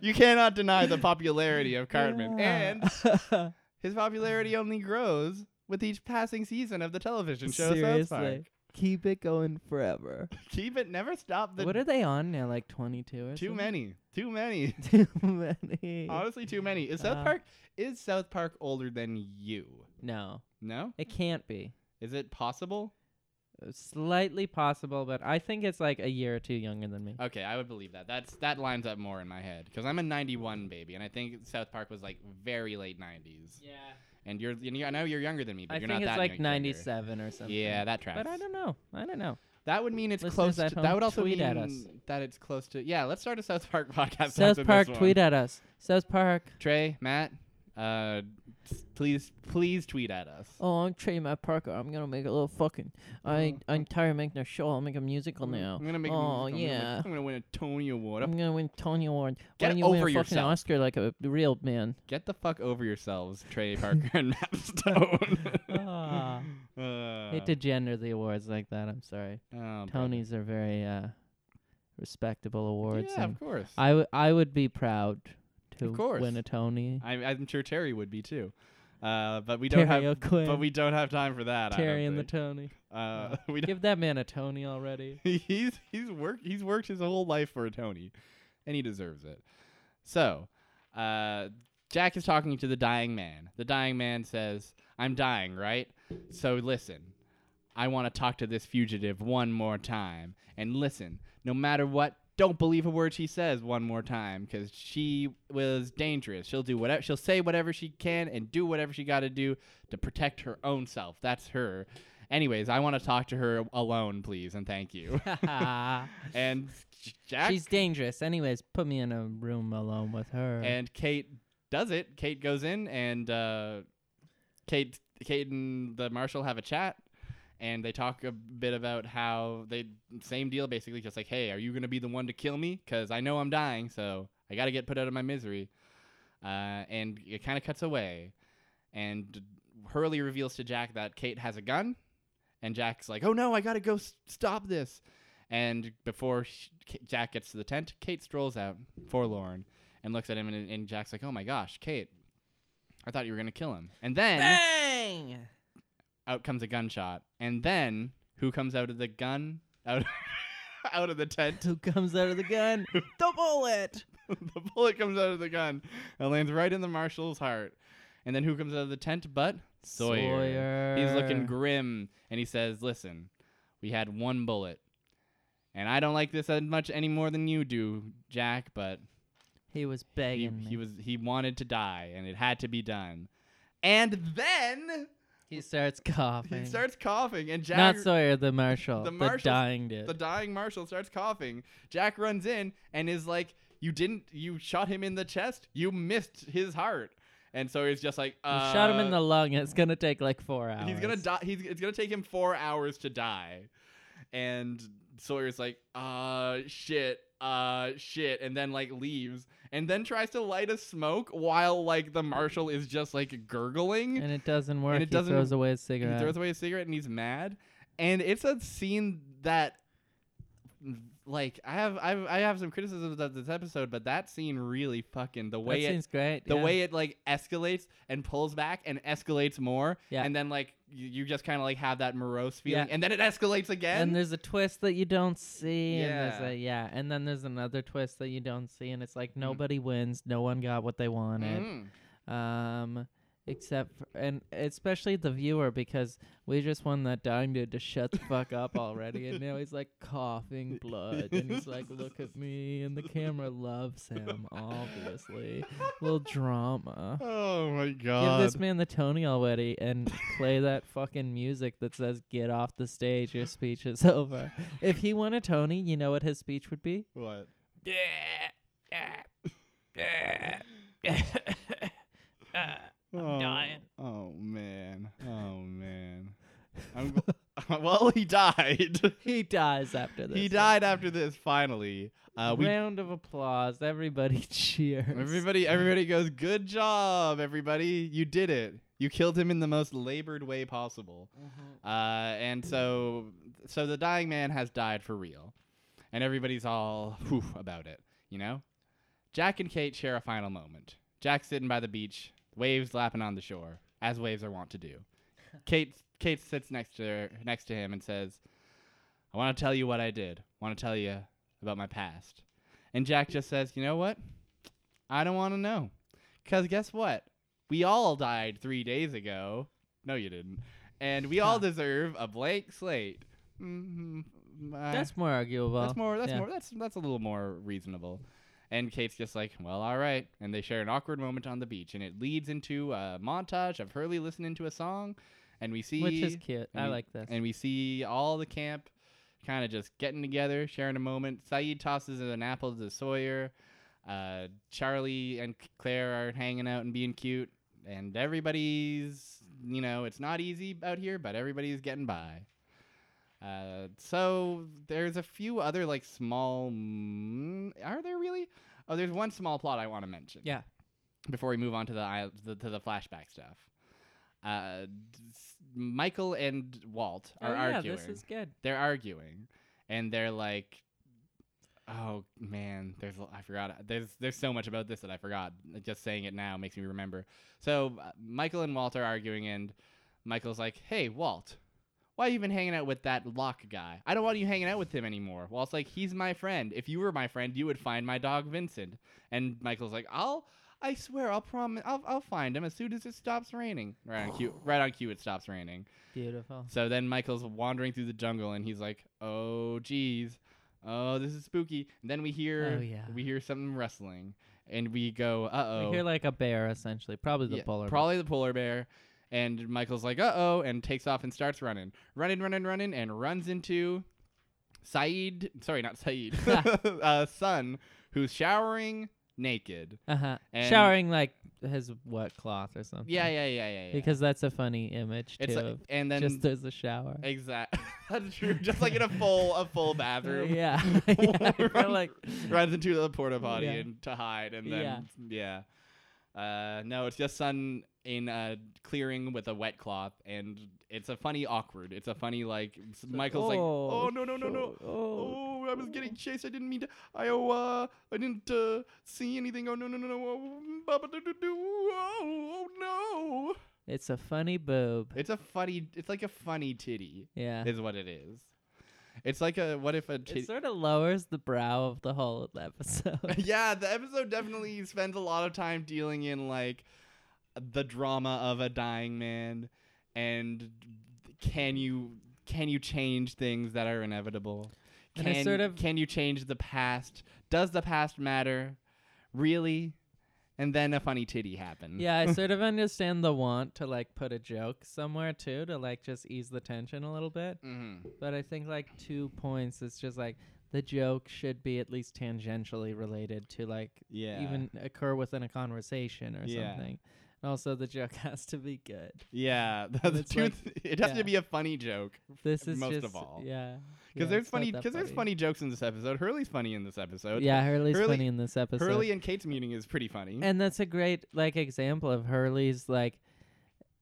[SPEAKER 1] You cannot deny the popularity of Cartman, and
[SPEAKER 2] and
[SPEAKER 1] his popularity only grows with each passing season of the television show South Park.
[SPEAKER 2] seriously, keep it going forever.
[SPEAKER 1] Keep it, never stop. The
[SPEAKER 2] what are they on now? Like twenty two or
[SPEAKER 1] too
[SPEAKER 2] something?
[SPEAKER 1] many, too many.
[SPEAKER 2] Too many.
[SPEAKER 1] Honestly, too many. Is South
[SPEAKER 2] Uh,
[SPEAKER 1] Park is South Park older than you?
[SPEAKER 2] no,
[SPEAKER 1] No.
[SPEAKER 2] it can't be.
[SPEAKER 1] Is it possible?
[SPEAKER 2] Slightly possible, but I think it's like a year or two younger than me.
[SPEAKER 1] Okay, I would believe that. That's that lines up more in my head because I'm a '91 baby, and I think South Park was like very late '90s.
[SPEAKER 2] Yeah.
[SPEAKER 1] And you're, and you, I know you're younger than me, but
[SPEAKER 2] I
[SPEAKER 1] you're
[SPEAKER 2] think
[SPEAKER 1] not
[SPEAKER 2] it's
[SPEAKER 1] that
[SPEAKER 2] like
[SPEAKER 1] younger.
[SPEAKER 2] 97 or something.
[SPEAKER 1] Yeah, that tracks.
[SPEAKER 2] But I don't know. I don't know.
[SPEAKER 1] That would mean it's
[SPEAKER 2] Listeners
[SPEAKER 1] close.
[SPEAKER 2] at
[SPEAKER 1] To,
[SPEAKER 2] home,
[SPEAKER 1] that would also
[SPEAKER 2] tweet
[SPEAKER 1] mean
[SPEAKER 2] at us.
[SPEAKER 1] that it's close to. Yeah, let's start a South Park podcast.
[SPEAKER 2] South Park, tweet at us. South Park.
[SPEAKER 1] Trey, Matt, uh, s- please, please tweet at us.
[SPEAKER 2] Oh, I'm Trey Matt Parker. I'm gonna make a little fucking. I
[SPEAKER 1] Oh.
[SPEAKER 2] I'm tired of making a show. I'll make a musical
[SPEAKER 1] I'm gonna-
[SPEAKER 2] now.
[SPEAKER 1] I'm gonna make. a musical.
[SPEAKER 2] Oh
[SPEAKER 1] I'm gonna make-
[SPEAKER 2] yeah.
[SPEAKER 1] I'm gonna win Mm. a Tony Award.
[SPEAKER 2] I'm gonna win Tony Award. Why
[SPEAKER 1] Get
[SPEAKER 2] don't you win a
[SPEAKER 1] over
[SPEAKER 2] fucking
[SPEAKER 1] yourself.
[SPEAKER 2] Oscar like a real man?
[SPEAKER 1] Get the fuck over yourselves, Trey Parker and Matt Stone.
[SPEAKER 2] Ah.
[SPEAKER 1] Uh,
[SPEAKER 2] Hate to gender the awards like that. I'm sorry.
[SPEAKER 1] oh, brother.
[SPEAKER 2] Tonys are very uh, respectable awards.
[SPEAKER 1] Yeah,
[SPEAKER 2] and
[SPEAKER 1] of course.
[SPEAKER 2] I w- I would be proud to
[SPEAKER 1] course.
[SPEAKER 2] win a Tony.
[SPEAKER 1] I, I'm sure Terry would be too. Uh, but we
[SPEAKER 2] Terry
[SPEAKER 1] don't have.
[SPEAKER 2] O'Quinn.
[SPEAKER 1] But we don't have time for that.
[SPEAKER 2] Terry
[SPEAKER 1] I
[SPEAKER 2] and
[SPEAKER 1] don't
[SPEAKER 2] the
[SPEAKER 1] think.
[SPEAKER 2] Tony.
[SPEAKER 1] uh, we don't.
[SPEAKER 2] Give that man a Tony already.
[SPEAKER 1] he's he's worked he's worked his whole life for a Tony, and he deserves it. So, uh, Jack is talking to the dying man. The dying man says, "I'm dying, right? So listen, I want to talk to this fugitive one more time, and listen, no matter what." Don't believe a word she says one more time because she was dangerous. She'll do whatever, she'll say whatever she can and do whatever she got to do to protect her own self. That's her. Anyways, I want to talk to her alone, please, and thank you. and J- Jack
[SPEAKER 2] She's dangerous. Anyways, put me in a room alone with her.
[SPEAKER 1] and Kate does it. Kate goes in, and uh, Kate, Kate and the marshal have a chat, and they talk a bit about how they same deal basically, just like, hey, are you gonna be the one to kill me? Cause I know I'm dying, so I gotta get put out of my misery. Uh, and it kind of cuts away, and Hurley reveals to Jack that Kate has a gun, and Jack's like, oh no, I gotta go s- stop this. And before sh- K- Jack gets to the tent, Kate strolls out, forlorn, and looks at him. And, and Jack's like, "Oh my gosh, Kate, I thought you were gonna kill him." And then
[SPEAKER 2] bang!
[SPEAKER 1] out comes a gunshot. And then who comes out of the gun out out of the tent?
[SPEAKER 2] Who comes out of the gun? the bullet.
[SPEAKER 1] the bullet comes out of the gun and lands right in the marshal's heart. And then who comes out of the tent? But He's
[SPEAKER 2] Uh.
[SPEAKER 1] looking grim and he says, Listen, we had one bullet. And I don't like this as much any more than you do, Jack, but
[SPEAKER 2] He was
[SPEAKER 1] he,
[SPEAKER 2] begging.
[SPEAKER 1] he
[SPEAKER 2] me.
[SPEAKER 1] was he wanted to die and it had to be done. And then
[SPEAKER 2] He starts coughing.
[SPEAKER 1] he starts coughing and Jack
[SPEAKER 2] Not Sawyer, the marshal,
[SPEAKER 1] the
[SPEAKER 2] the,
[SPEAKER 1] marshal's-
[SPEAKER 2] dying dude.
[SPEAKER 1] the dying marshal starts coughing. Jack runs in and is like, You didn't you shot him in the chest? You missed his heart. And so he's just like uh,
[SPEAKER 2] you shot him in the lung. It's gonna take like four hours.
[SPEAKER 1] He's gonna die. He's it's gonna take him four hours to die, and Sawyer's like, uh, shit, uh, shit, and then like leaves, and then tries to light a smoke while like the marshal is just like gurgling.
[SPEAKER 2] And it doesn't work.
[SPEAKER 1] it doesn't-
[SPEAKER 2] he throws away his
[SPEAKER 1] he
[SPEAKER 2] cigarette.
[SPEAKER 1] throws away his cigarette and he's mad, and it's a scene that. Like I have, I have, I have some criticisms of this episode, but that scene really fucking the way
[SPEAKER 2] that
[SPEAKER 1] it
[SPEAKER 2] seems great.
[SPEAKER 1] the
[SPEAKER 2] yeah.
[SPEAKER 1] way it like escalates and pulls back and escalates more
[SPEAKER 2] Yeah.
[SPEAKER 1] and then like you, you just kind of like have that morose feeling
[SPEAKER 2] Yeah.
[SPEAKER 1] and then it escalates again
[SPEAKER 2] and there's a twist that you don't see. And
[SPEAKER 1] Yeah.
[SPEAKER 2] there's a, yeah. And then there's another twist that you don't see, and it's like nobody wins. No one got what they wanted.
[SPEAKER 1] Mm.
[SPEAKER 2] Um, except for, and especially the viewer because we just want that dying dude to shut the fuck up already, and now he's like coughing blood, and he's like, "Look at me," and the camera loves him, obviously. Little drama.
[SPEAKER 1] oh my
[SPEAKER 2] Give
[SPEAKER 1] god
[SPEAKER 2] this man the Tony already and play that fucking music that says "Get off the stage, your speech is over." If he won a Tony, you know what his speech would be?
[SPEAKER 1] what oh,
[SPEAKER 2] dying.
[SPEAKER 1] oh man oh man I'm gl- well he died
[SPEAKER 2] He dies after this.
[SPEAKER 1] he
[SPEAKER 2] one.
[SPEAKER 1] died after this finally uh we
[SPEAKER 2] Round of applause. Everybody cheers.
[SPEAKER 1] Everybody, everybody goes, good job, everybody. You did it. You killed him in the most labored way possible. Uh, and so, so the dying man has died for real, and everybody's all whew about it. You know, Jack and Kate share a final moment. Jack's sitting by the beach, waves lapping on the shore, as waves are wont to do. Kate, Kate sits next to her, next to him and says, "I want to tell you what I did. I want to tell you about my past." And Jack just says, "You know what? I don't want to know. Because guess what? We all died three days ago. No, you didn't. And we all deserve a blank slate. mm, I-
[SPEAKER 2] that's more arguable.
[SPEAKER 1] that's more. That's
[SPEAKER 2] yeah.
[SPEAKER 1] more. That's that's a little more reasonable. And Kate's just like, well, all right. And they share an awkward moment on the beach, and it leads into a montage of Hurley listening to a song, and we see
[SPEAKER 2] which is cute.
[SPEAKER 1] and
[SPEAKER 2] I
[SPEAKER 1] we-
[SPEAKER 2] like this.
[SPEAKER 1] and we see all the camp kind of just getting together, sharing a moment. Saeed tosses an apple to Sawyer. Uh, Charlie and C- Claire are hanging out and being cute. And everybody's, you know, it's not easy out here, but everybody's getting by. Uh, so there's a few other, like, small. Mm, are there really? Oh, there's one small plot I want to mention
[SPEAKER 2] yeah,
[SPEAKER 1] before we move on to the isle- the, to the flashback stuff. Uh, d- s- Michael and Walt
[SPEAKER 2] oh,
[SPEAKER 1] are
[SPEAKER 2] yeah,
[SPEAKER 1] arguing.
[SPEAKER 2] this is good.
[SPEAKER 1] they're arguing, and they're like, "Oh man, there's l- I forgot. uh, There's there's so much about this that I forgot. Just saying it now makes me remember." So uh, Michael and Walt are arguing, and Michael's like, "Hey, Walt." Why you been hanging out with that lock guy? I don't want you hanging out with him anymore. Walt's like, he's my friend. If you were my friend, you would find my dog Vincent. And Michael's like, I'll I swear, I'll promise. I'll, I'll find him as soon as it stops raining. Right on cue. Right on cue, it stops raining.
[SPEAKER 2] Beautiful.
[SPEAKER 1] So then Michael's wandering through the jungle, and he's like, "Oh, geez, oh, this is spooky." And then we hear,
[SPEAKER 2] Oh, yeah.
[SPEAKER 1] we hear something rustling, and we go, "Uh oh."
[SPEAKER 2] We hear like a bear essentially, probably the
[SPEAKER 1] Yeah,
[SPEAKER 2] polar. bear.
[SPEAKER 1] Probably the polar bear. And Michael's like, uh oh, and takes off and starts running. Running, running, running, and runs into Saeed. Sorry, not Saeed. uh, son, who's showering naked.
[SPEAKER 2] Uh-huh.
[SPEAKER 1] And-
[SPEAKER 2] Showering like his wet cloth or something.
[SPEAKER 1] Yeah, yeah, yeah, yeah. yeah.
[SPEAKER 2] Because that's a funny image
[SPEAKER 1] it's
[SPEAKER 2] too.
[SPEAKER 1] like,
[SPEAKER 2] of
[SPEAKER 1] and then
[SPEAKER 2] just there's a shower.
[SPEAKER 1] Exactly. That's true. Just like in a full a full
[SPEAKER 2] Uh,
[SPEAKER 1] bathroom.
[SPEAKER 2] yeah. yeah. I feel
[SPEAKER 1] Run-
[SPEAKER 2] like
[SPEAKER 1] Runs into the porta potty
[SPEAKER 2] Yeah.
[SPEAKER 1] and to hide and then yeah. Uh no, it's just sun in a clearing with a wet cloth and it's a funny awkward. It's a funny like s- Michael's like Oh no no no no.
[SPEAKER 2] show- Oh.
[SPEAKER 1] Oh, I was getting chased. I didn't mean to. I oh, uh, I didn't uh, see anything. Oh no no no no. Oh, baba doo doo doo. oh, oh
[SPEAKER 2] It's a funny boob.
[SPEAKER 1] no. It's a funny. It's like a funny titty
[SPEAKER 2] Yeah.
[SPEAKER 1] is what it is. It's like a what if a
[SPEAKER 2] It
[SPEAKER 1] tit-
[SPEAKER 2] sort of lowers the brow of the whole episode.
[SPEAKER 1] yeah. The episode definitely spends a lot of time dealing in like the drama of a dying man, and can you can you change things that are inevitable?
[SPEAKER 2] And it's
[SPEAKER 1] Can
[SPEAKER 2] sort of-
[SPEAKER 1] can you change the past? Does the past matter, really? And then a funny titty happened.
[SPEAKER 2] yeah, I sort of understand the want to like put a joke somewhere too to like just ease the tension a little bit.
[SPEAKER 1] hmm
[SPEAKER 2] But I think like two points it's just like the joke should be at least tangentially related to like
[SPEAKER 1] Yeah.
[SPEAKER 2] even occur within a conversation or
[SPEAKER 1] Yeah.
[SPEAKER 2] something. And also the joke has to be good.
[SPEAKER 1] yeah. The
[SPEAKER 2] It's
[SPEAKER 1] two
[SPEAKER 2] like-
[SPEAKER 1] th- it has
[SPEAKER 2] yeah.
[SPEAKER 1] to be a funny joke.
[SPEAKER 2] This is
[SPEAKER 1] Most of
[SPEAKER 2] just
[SPEAKER 1] all.
[SPEAKER 2] yeah.
[SPEAKER 1] Because
[SPEAKER 2] yeah,
[SPEAKER 1] there's
[SPEAKER 2] it's not
[SPEAKER 1] funny.
[SPEAKER 2] that
[SPEAKER 1] Because there's funny jokes in this episode. Hurley's funny in this episode.
[SPEAKER 2] Yeah, Hurley's
[SPEAKER 1] Hurley-
[SPEAKER 2] funny in this episode.
[SPEAKER 1] Hurley and Kate's meeting is pretty funny.
[SPEAKER 2] and that's a great like example of Hurley's like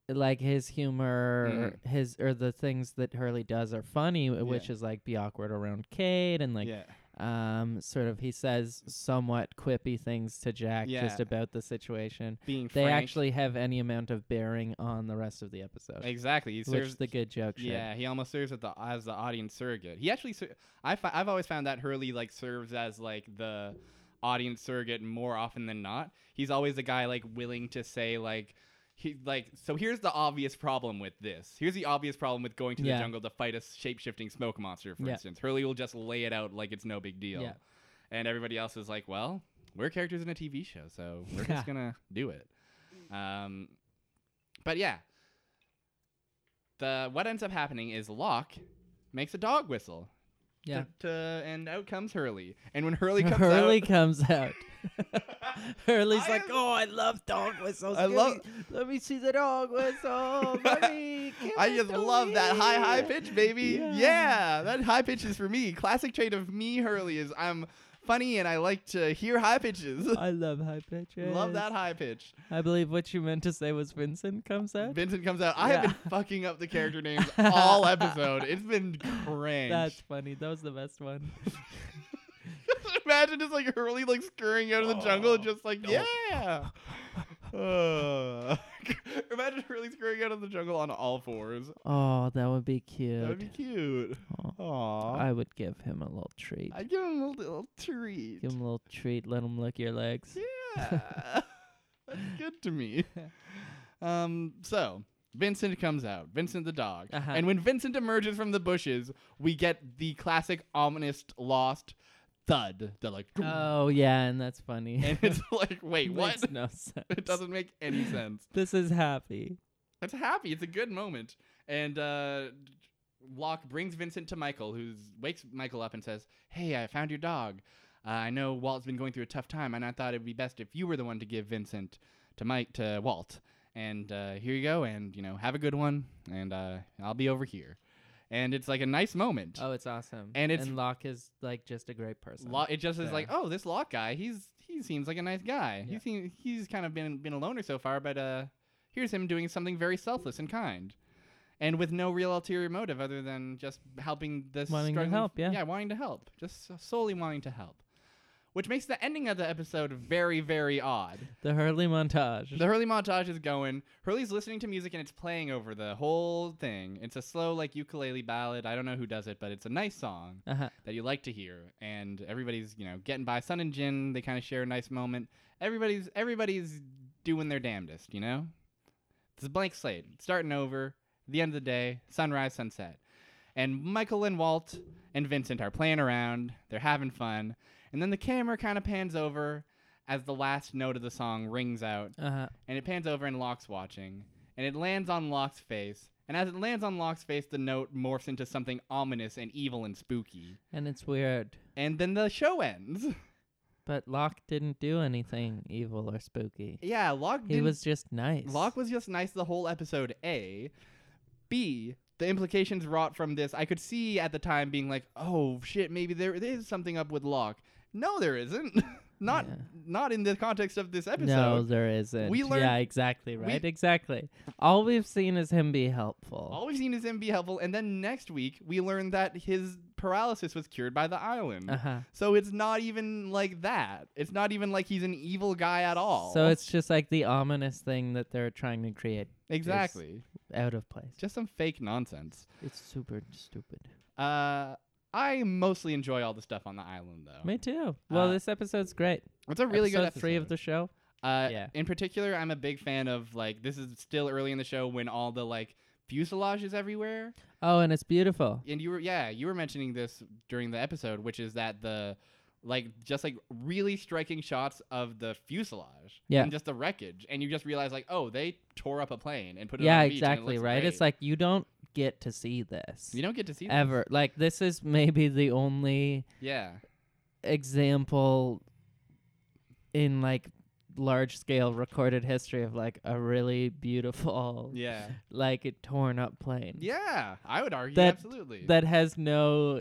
[SPEAKER 2] like his humor
[SPEAKER 1] Mm-hmm.
[SPEAKER 2] his or the things that Hurley does are funny, w- which is like be awkward around Kate and like
[SPEAKER 1] yeah,
[SPEAKER 2] um sort of he says somewhat quippy things to Jack just
[SPEAKER 1] Yeah.
[SPEAKER 2] about the situation.
[SPEAKER 1] being
[SPEAKER 2] They
[SPEAKER 1] frank.
[SPEAKER 2] actually have any amount of bearing on the rest of the episode.
[SPEAKER 1] exactly. He serves
[SPEAKER 2] which the good joke should.
[SPEAKER 1] yeah. He almost serves at the as the audience surrogate. He actually ser- I fi- I've always found that Hurley like serves as like the audience surrogate more often than not. He's always the guy like willing to say like. He, like so here's the obvious problem with this here's the obvious problem with going to
[SPEAKER 2] Yeah.
[SPEAKER 1] the jungle to fight a shape-shifting smoke monster for
[SPEAKER 2] Yeah.
[SPEAKER 1] instance hurley will just lay it out like it's no big deal
[SPEAKER 2] Yeah.
[SPEAKER 1] and everybody else is like well we're characters in a tv show so we're just gonna do it um, but yeah, the what ends up happening is Locke makes a dog whistle.
[SPEAKER 2] Yeah.
[SPEAKER 1] To, to- and out comes Hurley, and when Hurley comes
[SPEAKER 2] Hurley
[SPEAKER 1] out,
[SPEAKER 2] comes out. Hurley's
[SPEAKER 1] I
[SPEAKER 2] like,
[SPEAKER 1] am-
[SPEAKER 2] oh, I love dog whistles.
[SPEAKER 1] I
[SPEAKER 2] Give
[SPEAKER 1] love-
[SPEAKER 2] me- let me see the dog whistle. Let me. give
[SPEAKER 1] I
[SPEAKER 2] it
[SPEAKER 1] just
[SPEAKER 2] to
[SPEAKER 1] love that high high
[SPEAKER 2] me."
[SPEAKER 1] pitch, baby.
[SPEAKER 2] Yeah.
[SPEAKER 1] Yeah. that high pitch is for me. Classic trait of me, Hurley, is I'm funny and I like to hear high pitches.
[SPEAKER 2] I love high pitches.
[SPEAKER 1] love that high pitch.
[SPEAKER 2] I believe what you meant to say was Vincent comes out.
[SPEAKER 1] Vincent comes out. I have
[SPEAKER 2] Yeah.
[SPEAKER 1] been fucking up the character names all episode. It's been cringe.
[SPEAKER 2] That's funny. That was the best one.
[SPEAKER 1] Imagine just like Hurley like scurrying out of the jungle,
[SPEAKER 2] Oh,
[SPEAKER 1] just like
[SPEAKER 2] no.
[SPEAKER 1] yeah. Uh, imagine Hurley scurrying out of the jungle on all fours.
[SPEAKER 2] Oh, that would be cute.
[SPEAKER 1] That would be cute.
[SPEAKER 2] Aw.
[SPEAKER 1] Aww.
[SPEAKER 2] I would give him a little treat.
[SPEAKER 1] I'd give him a little treat.
[SPEAKER 2] Give him a little treat. Let him lick your legs.
[SPEAKER 1] Yeah, that's good to me. Um, so Vincent comes out, Vincent the dog.
[SPEAKER 2] Uh-huh.
[SPEAKER 1] And when Vincent emerges from the bushes, we get the classic ominous lost thud. They're like,
[SPEAKER 2] Oh yeah, and that's funny.
[SPEAKER 1] and it's like, wait, what?
[SPEAKER 2] Makes no sense.
[SPEAKER 1] It doesn't make any sense.
[SPEAKER 2] This is happy.
[SPEAKER 1] It's happy. It's a good moment. And uh, Locke brings Vincent to Michael, who wakes Michael up and says, Hey, I found your dog. Uh, I know Walt's been going through a tough time, and I thought it'd be best if you were the one to give Vincent to Mike to Walt. And uh, here you go, and you know, have a good one, and uh, I'll be over here. And it's like a nice moment.
[SPEAKER 2] Oh, it's awesome.
[SPEAKER 1] And it's-
[SPEAKER 2] and Locke is like just a great person.
[SPEAKER 1] Lo- it just is
[SPEAKER 2] Yeah.
[SPEAKER 1] like, oh, this Locke guy, he's he seems like a nice guy. He
[SPEAKER 2] Yeah.
[SPEAKER 1] seems he's kind of been been a loner so far, but uh, here's him doing something very selfless and kind, and with no real ulterior motive other than just helping this
[SPEAKER 2] Wanting to
[SPEAKER 1] struggling-
[SPEAKER 2] help, yeah.
[SPEAKER 1] yeah, wanting to help, just so- solely wanting to help, which makes the ending of the episode very very odd.
[SPEAKER 2] the Hurley montage.
[SPEAKER 1] The Hurley montage is going. Hurley's listening to music and it's playing over the whole thing. It's a slow like ukulele ballad. I don't know who does it, but it's a nice song
[SPEAKER 2] uh-huh.
[SPEAKER 1] that you like to hear and everybody's you know getting by sun and gin they kind of share a nice moment everybody's everybody's doing their damnedest you know it's a blank slate starting over the end of the day sunrise sunset and michael and walt and vincent are playing around they're having fun and then the camera kind of pans over as the last note of the song rings out
[SPEAKER 2] Uh-huh.
[SPEAKER 1] and it pans over and Locke's watching, and it lands on Locke's face. And as it lands on Locke's face, the note morphs into something ominous and evil and spooky.
[SPEAKER 2] And it's weird,
[SPEAKER 1] And then the show ends.
[SPEAKER 2] but Locke didn't do anything evil or spooky.
[SPEAKER 1] yeah, Locke.
[SPEAKER 2] He
[SPEAKER 1] didn't-
[SPEAKER 2] was just nice.
[SPEAKER 1] Locke was just nice the whole episode. A, B. The implications wrought from this, I could see at the time being like, "Oh shit, maybe there is something up with Locke." No, there isn't. not
[SPEAKER 2] Yeah.
[SPEAKER 1] not in the context of this episode.
[SPEAKER 2] No, there isn't.
[SPEAKER 1] We
[SPEAKER 2] yeah,
[SPEAKER 1] learned-
[SPEAKER 2] exactly
[SPEAKER 1] we-
[SPEAKER 2] right. exactly. All we've seen is him be helpful.
[SPEAKER 1] All we've seen is him be helpful, and then next week we learn that his paralysis was cured by the island.
[SPEAKER 2] uh-huh.
[SPEAKER 1] So it's not even like that. It's not even like he's an evil guy at all.
[SPEAKER 2] So it's just like the ominous thing that they're trying to create
[SPEAKER 1] exactly
[SPEAKER 2] out of place.
[SPEAKER 1] just some fake nonsense.
[SPEAKER 2] It's super stupid.
[SPEAKER 1] Uh, I mostly enjoy all the stuff on the island though.
[SPEAKER 2] Me too. Well,
[SPEAKER 1] Uh,
[SPEAKER 2] this episode's great.
[SPEAKER 1] It's a really
[SPEAKER 2] episode
[SPEAKER 1] good episode.
[SPEAKER 2] three of the show.
[SPEAKER 1] Uh,
[SPEAKER 2] Yeah.
[SPEAKER 1] In particular, I'm a big fan of like this is still early in the show when all the like fuselage is everywhere.
[SPEAKER 2] Oh, and it's beautiful.
[SPEAKER 1] and you were yeah you were mentioning this during the episode which is that the like just like really striking shots of the fuselage
[SPEAKER 2] Yeah.
[SPEAKER 1] and just the wreckage and you just realize like oh they tore up a plane and put it
[SPEAKER 2] yeah,
[SPEAKER 1] on the beach and it
[SPEAKER 2] exactly.
[SPEAKER 1] looks
[SPEAKER 2] Right.
[SPEAKER 1] great.
[SPEAKER 2] It's like you don't get to see this
[SPEAKER 1] you don't get to see this.
[SPEAKER 2] ever. Like this is maybe the only
[SPEAKER 1] yeah
[SPEAKER 2] example in like large scale recorded history of like a really beautiful
[SPEAKER 1] yeah
[SPEAKER 2] like a torn up plane
[SPEAKER 1] yeah I would argue
[SPEAKER 2] That-
[SPEAKER 1] absolutely
[SPEAKER 2] that has no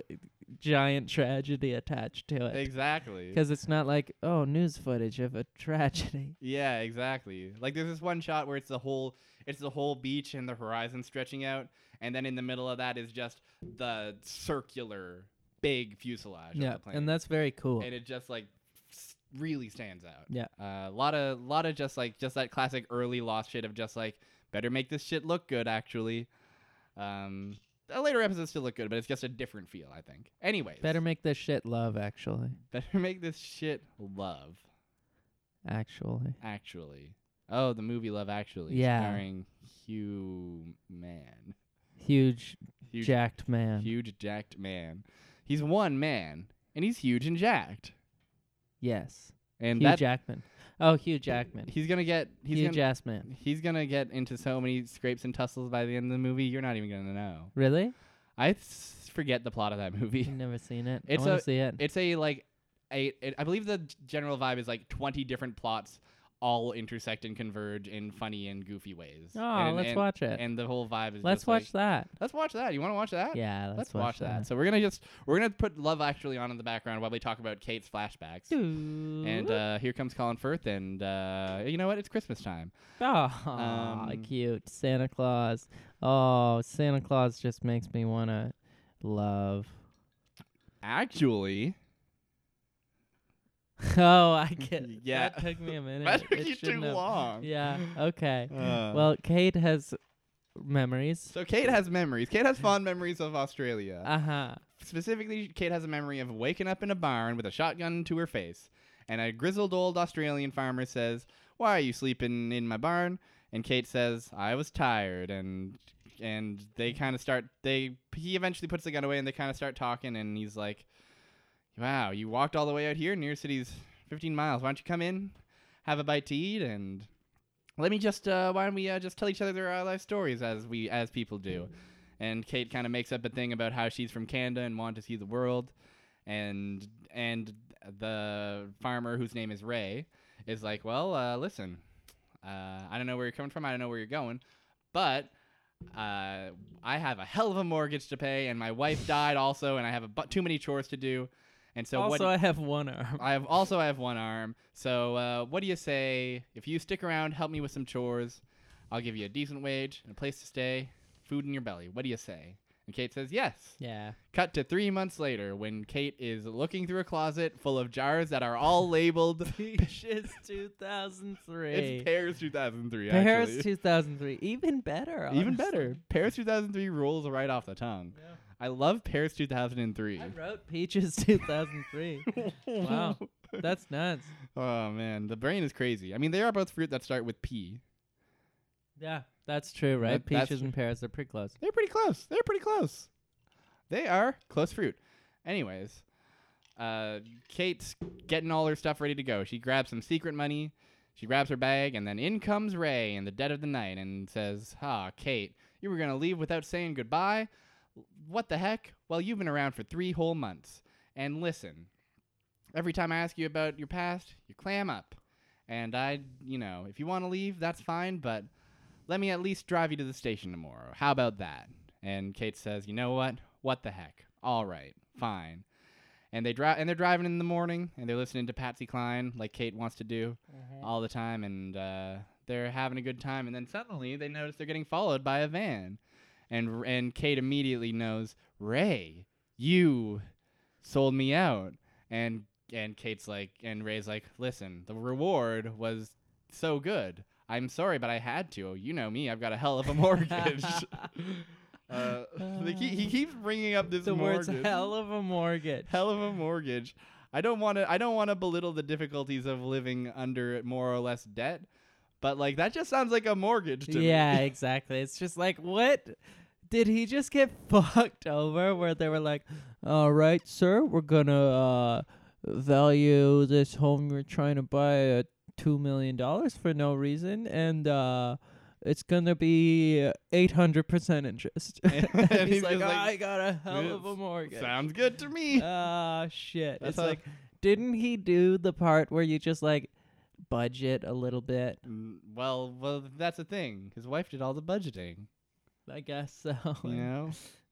[SPEAKER 2] giant tragedy attached to it
[SPEAKER 1] exactly
[SPEAKER 2] because it's not like oh news footage of a tragedy
[SPEAKER 1] Yeah, exactly. Like there's this one shot where it's the whole it's the whole beach and the horizon stretching out, and then in the middle of that is just the circular big fuselage
[SPEAKER 2] yeah
[SPEAKER 1] of the plane.
[SPEAKER 2] and that's very cool
[SPEAKER 1] and it just like s- really stands out.
[SPEAKER 2] Yeah.
[SPEAKER 1] a lot of lot of just like just that classic early lost shit of just like better make this shit look good actually. Um, the later episodes still look good, but it's just a different feel, I think. Anyways,
[SPEAKER 2] better make this shit love actually
[SPEAKER 1] better make this shit love
[SPEAKER 2] actually
[SPEAKER 1] actually. Oh, the movie Love Actually,
[SPEAKER 2] Yeah.
[SPEAKER 1] starring Hugh Man,
[SPEAKER 2] huge,
[SPEAKER 1] huge,
[SPEAKER 2] jacked man
[SPEAKER 1] huge jacked man. He's one man, and he's huge and jacked,
[SPEAKER 2] yes
[SPEAKER 1] and
[SPEAKER 2] hugh
[SPEAKER 1] that
[SPEAKER 2] jackman oh hugh jackman
[SPEAKER 1] he's gonna get he's
[SPEAKER 2] huge
[SPEAKER 1] gonna,
[SPEAKER 2] ass man
[SPEAKER 1] He's gonna get into so many scrapes and tussles by the end of the movie. You're not even gonna know.
[SPEAKER 2] really
[SPEAKER 1] I s- forget the plot of that
[SPEAKER 2] I've
[SPEAKER 1] movie.
[SPEAKER 2] never seen it
[SPEAKER 1] It's
[SPEAKER 2] i want
[SPEAKER 1] a-
[SPEAKER 2] to see it
[SPEAKER 1] It's a like a it, I believe the g- general vibe is like 20 different plots all intersect and converge in funny and goofy ways.
[SPEAKER 2] oh
[SPEAKER 1] and,
[SPEAKER 2] let's
[SPEAKER 1] and-
[SPEAKER 2] watch it
[SPEAKER 1] And the whole vibe is
[SPEAKER 2] let's
[SPEAKER 1] just like,
[SPEAKER 2] watch that
[SPEAKER 1] let's watch that. You want to watch that?
[SPEAKER 2] yeah
[SPEAKER 1] Let's,
[SPEAKER 2] let's,
[SPEAKER 1] watch, that. So we're gonna just we're gonna put Love Actually on in the background while we talk about Kate's flashbacks. And uh, here comes Colin Firth, and uh, you know what? It's Christmas time.
[SPEAKER 2] oh,
[SPEAKER 1] uh, um,
[SPEAKER 2] cute Santa Claus. Oh, Santa Claus just makes me wanna love.
[SPEAKER 1] Actually,
[SPEAKER 2] Oh, I get.
[SPEAKER 1] Yeah.
[SPEAKER 2] that took me a minute.
[SPEAKER 1] that took
[SPEAKER 2] It
[SPEAKER 1] you too
[SPEAKER 2] shouldn't have-
[SPEAKER 1] long.
[SPEAKER 2] Yeah. Okay.
[SPEAKER 1] Uh,
[SPEAKER 2] well, Kate has memories.
[SPEAKER 1] so Kate has memories. Kate has fond memories of Australia.
[SPEAKER 2] Uh huh.
[SPEAKER 1] Specifically, Kate has a memory of waking up in a barn with a shotgun to her face, and a grizzled old Australian farmer says, "Why are you sleeping in my barn?" and Kate says, "I was tired," and and they kind of start. They he eventually puts the gun away, and they kind of start talking, and he's like, "Wow, you walked all the way out here. New York City's 15 miles. Why don't you come in, have a bite to eat, and let me just uh, why don't we uh, just tell each other our life stories as we as people do." And Kate kind of makes up a thing about how she's from Canada and wanted to see the world, and and the farmer whose name is Ray is like, "Well, uh, listen." Uh, I don't know where you're coming from. I don't know where you're going, but uh, I have a hell of a mortgage to pay, and my wife died also, and I have a bu- too many chores to do, and so
[SPEAKER 2] also,
[SPEAKER 1] what?
[SPEAKER 2] I have one arm.
[SPEAKER 1] I have also I have one arm. So uh, what do you say if you stick around, help me with some chores? I'll give you a decent wage and a place to stay, food in your belly. What do you say? And Kate says yes.
[SPEAKER 2] yeah.
[SPEAKER 1] Cut to three months later when Kate is looking through a closet full of jars that are all labeled.
[SPEAKER 2] Peaches 2003.
[SPEAKER 1] It's Pears 2003.
[SPEAKER 2] Paris
[SPEAKER 1] actually.
[SPEAKER 2] 2003. Even better.
[SPEAKER 1] Even
[SPEAKER 2] honestly.
[SPEAKER 1] better. Paris 2003 rolls right off the tongue.
[SPEAKER 2] Yeah.
[SPEAKER 1] I love Paris 2003.
[SPEAKER 2] I wrote Peaches 2003. wow. That's nuts.
[SPEAKER 1] oh man, the brain is crazy. I mean, they are both fruit that start with P.
[SPEAKER 2] Yeah, that's true, right?
[SPEAKER 1] That- that's
[SPEAKER 2] Peaches
[SPEAKER 1] true.
[SPEAKER 2] and pears, they're pretty close.
[SPEAKER 1] They're pretty close. They're pretty close. They are close fruit. Anyways, uh, Kate's getting all her stuff ready to go. She grabs some secret money. She grabs her bag, and then in comes Ray in the dead of the night and says, "Ah, Kate, you were gonna leave without saying goodbye. What the heck? Well, you've been around for three whole months. And listen, every time I ask you about your past, you clam up. And I, you know, if you want to leave, that's fine, but let me at least drive you to the station tomorrow. How about that? And Kate says, "You know what? What the heck? All right, fine." And they drive, and they're driving in the morning, and they're listening to Patsy Cline like Kate wants to do all the time, and uh, they're having a good time. And then suddenly they notice they're getting followed by a van, and R- and Kate immediately knows Ray, you sold me out, and and Kate's like, and Ray's like, listen, the reward was so good. I'm sorry, but I had to. You know me. I've got a hell of a mortgage. uh, they keep- he keeps bringing up this
[SPEAKER 2] the words
[SPEAKER 1] mortgage.
[SPEAKER 2] hell of a mortgage.
[SPEAKER 1] Hell of a mortgage. I don't want to. I don't want to belittle the difficulties of living under more or less debt, but like that just sounds like a mortgage to me.
[SPEAKER 2] Yeah, exactly. It's just like, what? Did he just get fucked over where they were like, all right, sir, we're going to uh, value this home you're trying to buy at $2 million for no reason, and uh, it's going to be 800% interest.
[SPEAKER 1] And-
[SPEAKER 2] and
[SPEAKER 1] and
[SPEAKER 2] he's,
[SPEAKER 1] he's
[SPEAKER 2] like,
[SPEAKER 1] just like,
[SPEAKER 2] I got a hell of a
[SPEAKER 1] "It's-
[SPEAKER 2] mortgage.
[SPEAKER 1] Sounds good to me.
[SPEAKER 2] Ah, shit.
[SPEAKER 1] That's
[SPEAKER 2] it's
[SPEAKER 1] how-
[SPEAKER 2] like, didn't he do the part where you just like budget a little bit?
[SPEAKER 1] Mm, well, well, that's the thing. His wife did all the budgeting.
[SPEAKER 2] I guess so.
[SPEAKER 1] You know.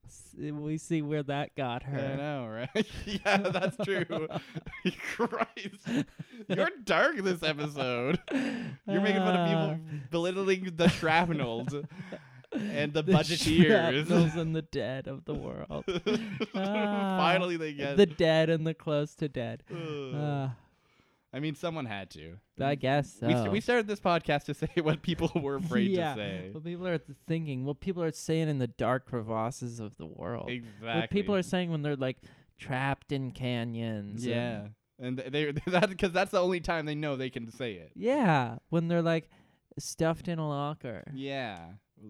[SPEAKER 2] S- we see where that got
[SPEAKER 1] I
[SPEAKER 2] her.
[SPEAKER 1] know, right? yeah, that's true. Christ, you're dark this episode. You're making fun of people
[SPEAKER 2] Uh.
[SPEAKER 1] belittling the shrapnels and the,
[SPEAKER 2] the
[SPEAKER 1] budgeteers.
[SPEAKER 2] shrapnels and the dead of the world. Ah.
[SPEAKER 1] Finally, they get.
[SPEAKER 2] The dead and the close to dead.
[SPEAKER 1] Ugh.
[SPEAKER 2] Uh,
[SPEAKER 1] I mean, someone had to.
[SPEAKER 2] I guess so.
[SPEAKER 1] We, st- we started this podcast to say what people were afraid
[SPEAKER 2] yeah.
[SPEAKER 1] to say.
[SPEAKER 2] What people are th- thinking, what people are saying in the dark crevasses of the world.
[SPEAKER 1] Exactly.
[SPEAKER 2] What people are saying when they're like trapped in canyons. and-
[SPEAKER 1] Yeah, and th- they that because that's the only time they know they can say it.
[SPEAKER 2] yeah. When they're like stuffed in a locker
[SPEAKER 1] Yeah,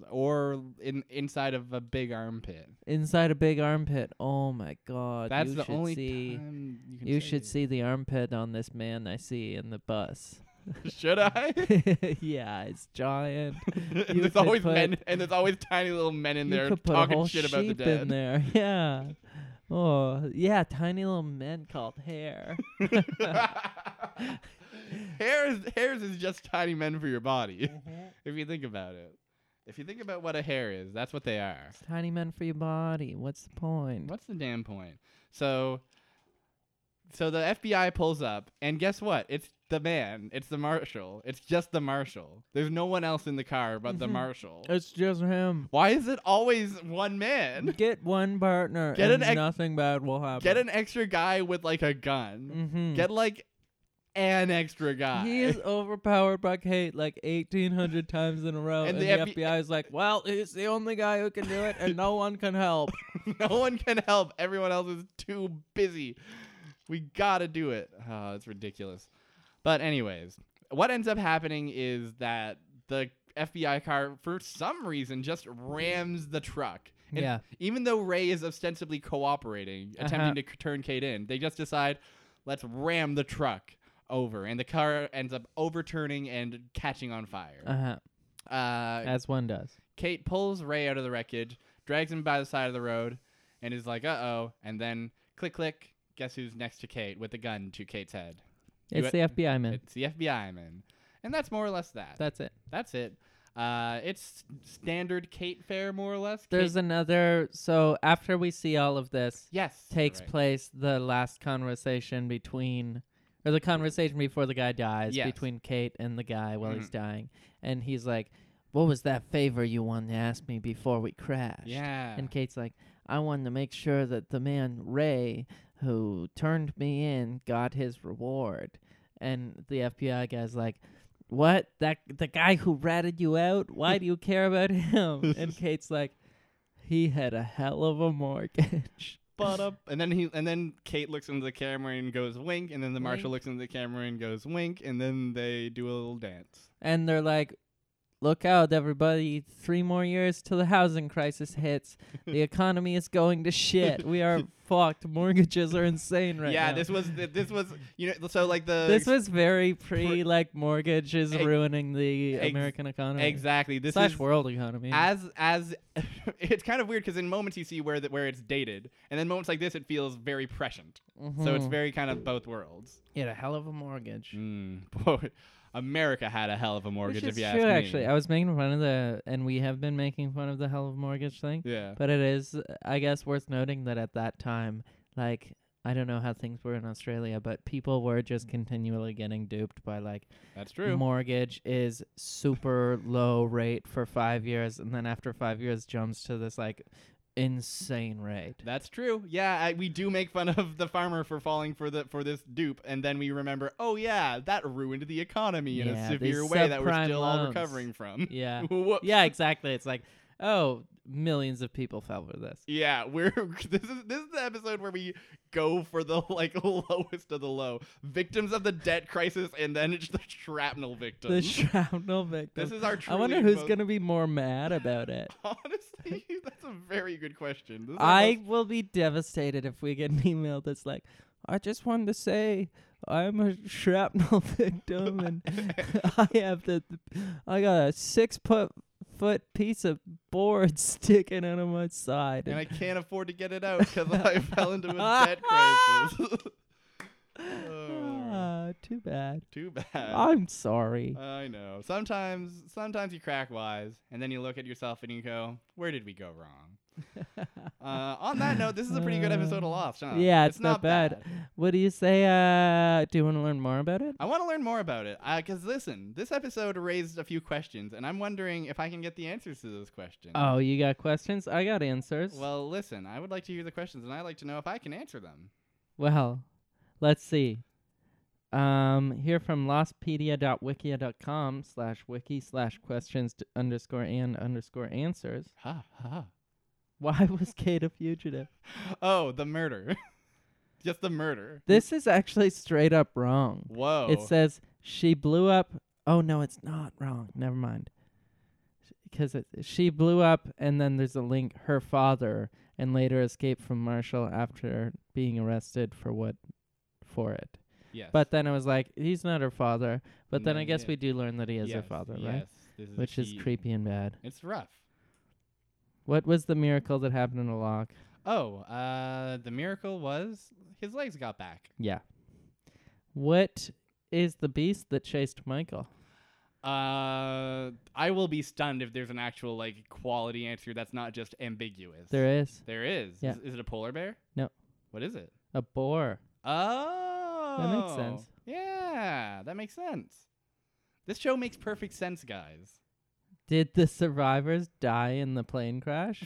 [SPEAKER 1] or in inside of a big armpit.
[SPEAKER 2] inside a big armpit. Oh my God.
[SPEAKER 1] That's
[SPEAKER 2] you
[SPEAKER 1] the
[SPEAKER 2] should
[SPEAKER 1] only
[SPEAKER 2] see.
[SPEAKER 1] time you can.
[SPEAKER 2] You
[SPEAKER 1] say
[SPEAKER 2] should
[SPEAKER 1] it.
[SPEAKER 2] see the armpit on this man I see in the bus.
[SPEAKER 1] Should I?
[SPEAKER 2] yeah, it's giant. You
[SPEAKER 1] there's
[SPEAKER 2] could
[SPEAKER 1] always
[SPEAKER 2] put-
[SPEAKER 1] men, and there's always tiny little men in
[SPEAKER 2] you
[SPEAKER 1] there
[SPEAKER 2] could put a
[SPEAKER 1] talking
[SPEAKER 2] whole
[SPEAKER 1] shit
[SPEAKER 2] sheep
[SPEAKER 1] about the
[SPEAKER 2] in
[SPEAKER 1] dead.
[SPEAKER 2] there. Yeah. Oh, yeah, tiny little men called hair.
[SPEAKER 1] hairs, hairs is just tiny men for your body.
[SPEAKER 2] Mm-hmm.
[SPEAKER 1] If you think about it, if you think about what a hair is, that's what they are.
[SPEAKER 2] It's tiny men for your body. What's the point?
[SPEAKER 1] What's the damn point? So, so the FBI pulls up, and guess what? It's the man. It's the marshal. It's just the marshal. There's no one else in the car but the
[SPEAKER 2] Mhm.
[SPEAKER 1] marshal.
[SPEAKER 2] It's just him.
[SPEAKER 1] Why is it always one man?
[SPEAKER 2] Get one partner
[SPEAKER 1] Get an
[SPEAKER 2] and
[SPEAKER 1] ex-
[SPEAKER 2] nothing bad will happen.
[SPEAKER 1] Get an extra guy with like a gun.
[SPEAKER 2] Mhm.
[SPEAKER 1] Get like an extra guy.
[SPEAKER 2] He is overpowered by Kate like 1,800 times in a row.
[SPEAKER 1] And
[SPEAKER 2] And,
[SPEAKER 1] the
[SPEAKER 2] the,
[SPEAKER 1] FB
[SPEAKER 2] FBI is like, well, he's the only guy who can do it, and no one can help.
[SPEAKER 1] no one can help. Everyone else is too busy. We gotta do it. Ah, Oh, it's ridiculous. But anyways, what ends up happening is that the FBI car for some reason just rams the truck. And
[SPEAKER 2] Yeah.
[SPEAKER 1] Even though Ray is ostensibly cooperating,
[SPEAKER 2] Uh-huh.
[SPEAKER 1] attempting to c- turn Kate in, they just decide, let's ram the truck over, and the car ends up overturning and catching on fire.
[SPEAKER 2] Uh huh.
[SPEAKER 1] uh,
[SPEAKER 2] As one does.
[SPEAKER 1] Kate pulls Ray out of the wreckage, drags him by the side of the road, and is like, uh oh. And then click, click, guess who's next to Kate with a gun to Kate's head? You
[SPEAKER 2] It's the FBI man.
[SPEAKER 1] It's the FBI man. And that's more or less that.
[SPEAKER 2] That's it.
[SPEAKER 1] that's it. Uh, it's standard Kate fare, more or less.
[SPEAKER 2] There's
[SPEAKER 1] Kate-
[SPEAKER 2] another. So after we see all of this,
[SPEAKER 1] yes you're
[SPEAKER 2] takes
[SPEAKER 1] right.
[SPEAKER 2] place the last conversation between or the conversation before the guy dies
[SPEAKER 1] Yes. Mm-hmm.
[SPEAKER 2] between Kate and the guy while he's dying and he's like what was that favor you wanted to ask me before we crashed
[SPEAKER 1] Yeah.
[SPEAKER 2] and Kate's like I wanted to make sure that the man Ray who turned me in got his reward and the FBI guy's like what that the guy who ratted you out why do you care about him and Kate's like he had a hell of a mortgage
[SPEAKER 1] but up and then he and then Kate looks into the camera and goes wink and then the marshal looks into the camera and goes wink and then they do a little dance.
[SPEAKER 2] and they're like, "Look out, everybody! Three more years till the housing crisis hits. The economy is going to shit. We are fucked. Mortgages are insane right
[SPEAKER 1] yeah,
[SPEAKER 2] now."
[SPEAKER 1] this was th- this was you know so like the
[SPEAKER 2] this was very pre like mortgages
[SPEAKER 1] Ex-
[SPEAKER 2] ruining the
[SPEAKER 1] ex-
[SPEAKER 2] American economy
[SPEAKER 1] exactly this
[SPEAKER 2] slash
[SPEAKER 1] is
[SPEAKER 2] world economy.
[SPEAKER 1] as as it's kind of weird because in moments you see where that where it's dated and then moments like this it feels very prescient. So it's
[SPEAKER 2] Mhm.
[SPEAKER 1] very kind of both worlds.
[SPEAKER 2] he had a hell of a mortgage.
[SPEAKER 1] Mm, boy, America had a hell of a mortgage
[SPEAKER 2] Which is
[SPEAKER 1] if you ask
[SPEAKER 2] true,
[SPEAKER 1] me.
[SPEAKER 2] actually. I was making fun of the, and we have been making fun of the hell of a mortgage thing.
[SPEAKER 1] yeah.
[SPEAKER 2] But it is, I guess, worth noting that at that time, like, I don't know how things were in Australia, but people were just continually getting duped by like
[SPEAKER 1] That's true.
[SPEAKER 2] mortgage is super low rate for five years, and then after five years jumps to this like insane rate.
[SPEAKER 1] That's true. Yeah, I, we do make fun of the farmer for falling for the for this dupe, and then we remember, oh yeah, that ruined the economy in
[SPEAKER 2] Yeah,
[SPEAKER 1] a
[SPEAKER 2] these
[SPEAKER 1] severe way that we're
[SPEAKER 2] subprime
[SPEAKER 1] still all
[SPEAKER 2] loans.
[SPEAKER 1] recovering from.
[SPEAKER 2] Yeah.
[SPEAKER 1] Whoops.
[SPEAKER 2] yeah, exactly. It's like, oh, millions of people fell for this.
[SPEAKER 1] Yeah, we're this is this is the episode where we go for the like lowest of the low, victims of the debt crisis, and then it's the shrapnel
[SPEAKER 2] The
[SPEAKER 1] victims.
[SPEAKER 2] shrapnel victims.
[SPEAKER 1] this is our.
[SPEAKER 2] I wonder
[SPEAKER 1] truly
[SPEAKER 2] who's
[SPEAKER 1] most-
[SPEAKER 2] gonna be more mad about it.
[SPEAKER 1] Honestly, that's a very good question. This is our
[SPEAKER 2] I
[SPEAKER 1] most-
[SPEAKER 2] will be devastated if we get an email that's like, I just wanted to say I'm a shrapnel victim and I have the, I got a six foot foot piece of board sticking out of my side.
[SPEAKER 1] and I can't afford to get it out because I fell into a debt crisis. Oh,
[SPEAKER 2] Ah, too bad.
[SPEAKER 1] too bad.
[SPEAKER 2] I'm sorry.
[SPEAKER 1] I know. Sometimes, sometimes you crack wise, and then you look at yourself and you go, "Where did we go wrong?" uh, on that note, this is a pretty good episode of Lost, huh?
[SPEAKER 2] yeah, it's not bad. What do you say? Uh, do you want to learn more about it?
[SPEAKER 1] I want to learn more about it because listen, this episode raised a few questions, and I'm wondering if I can get the answers to those questions.
[SPEAKER 2] Oh, you got questions? I got answers.
[SPEAKER 1] Well, listen, I would like to hear the questions, and I'd like to know if I can answer them.
[SPEAKER 2] Well, let's see. Um, here from lostpedia.wikia.com slash wiki slash questions d- underscore and underscore answers.
[SPEAKER 1] Ha ha.
[SPEAKER 2] Why was Kate a fugitive?
[SPEAKER 1] Oh, the murder. Just the murder.
[SPEAKER 2] This uh, is actually straight up wrong.
[SPEAKER 1] Whoa.
[SPEAKER 2] It says she blew up. Oh, no, it's not wrong. Never mind. Because it, she blew up, and then there's a link. Her father, and later escaped from Marshall after being arrested for what? For it.
[SPEAKER 1] yes.
[SPEAKER 2] But then I was like, he's not her father. But
[SPEAKER 1] And
[SPEAKER 2] then
[SPEAKER 1] then
[SPEAKER 2] I guess
[SPEAKER 1] it-
[SPEAKER 2] we do learn that he is her
[SPEAKER 1] Yes,
[SPEAKER 2] father,
[SPEAKER 1] yes,
[SPEAKER 2] right?
[SPEAKER 1] This is
[SPEAKER 2] Which is
[SPEAKER 1] he-
[SPEAKER 2] creepy and bad.
[SPEAKER 1] It's rough.
[SPEAKER 2] What was the miracle that happened in a lock?
[SPEAKER 1] Oh, uh, the miracle was his legs got back.
[SPEAKER 2] Yeah. What is the beast that chased Michael?
[SPEAKER 1] Uh, I will be stunned if there's an actual like quality answer that's not just ambiguous.
[SPEAKER 2] There is
[SPEAKER 1] There is.
[SPEAKER 2] Yeah.
[SPEAKER 1] Is, is it a polar bear?
[SPEAKER 2] No.
[SPEAKER 1] What is it?
[SPEAKER 2] a boar.
[SPEAKER 1] Oh.
[SPEAKER 2] sense.
[SPEAKER 1] Yeah, that makes sense. This show makes perfect sense, guys.
[SPEAKER 2] Did the survivors die in the plane crash?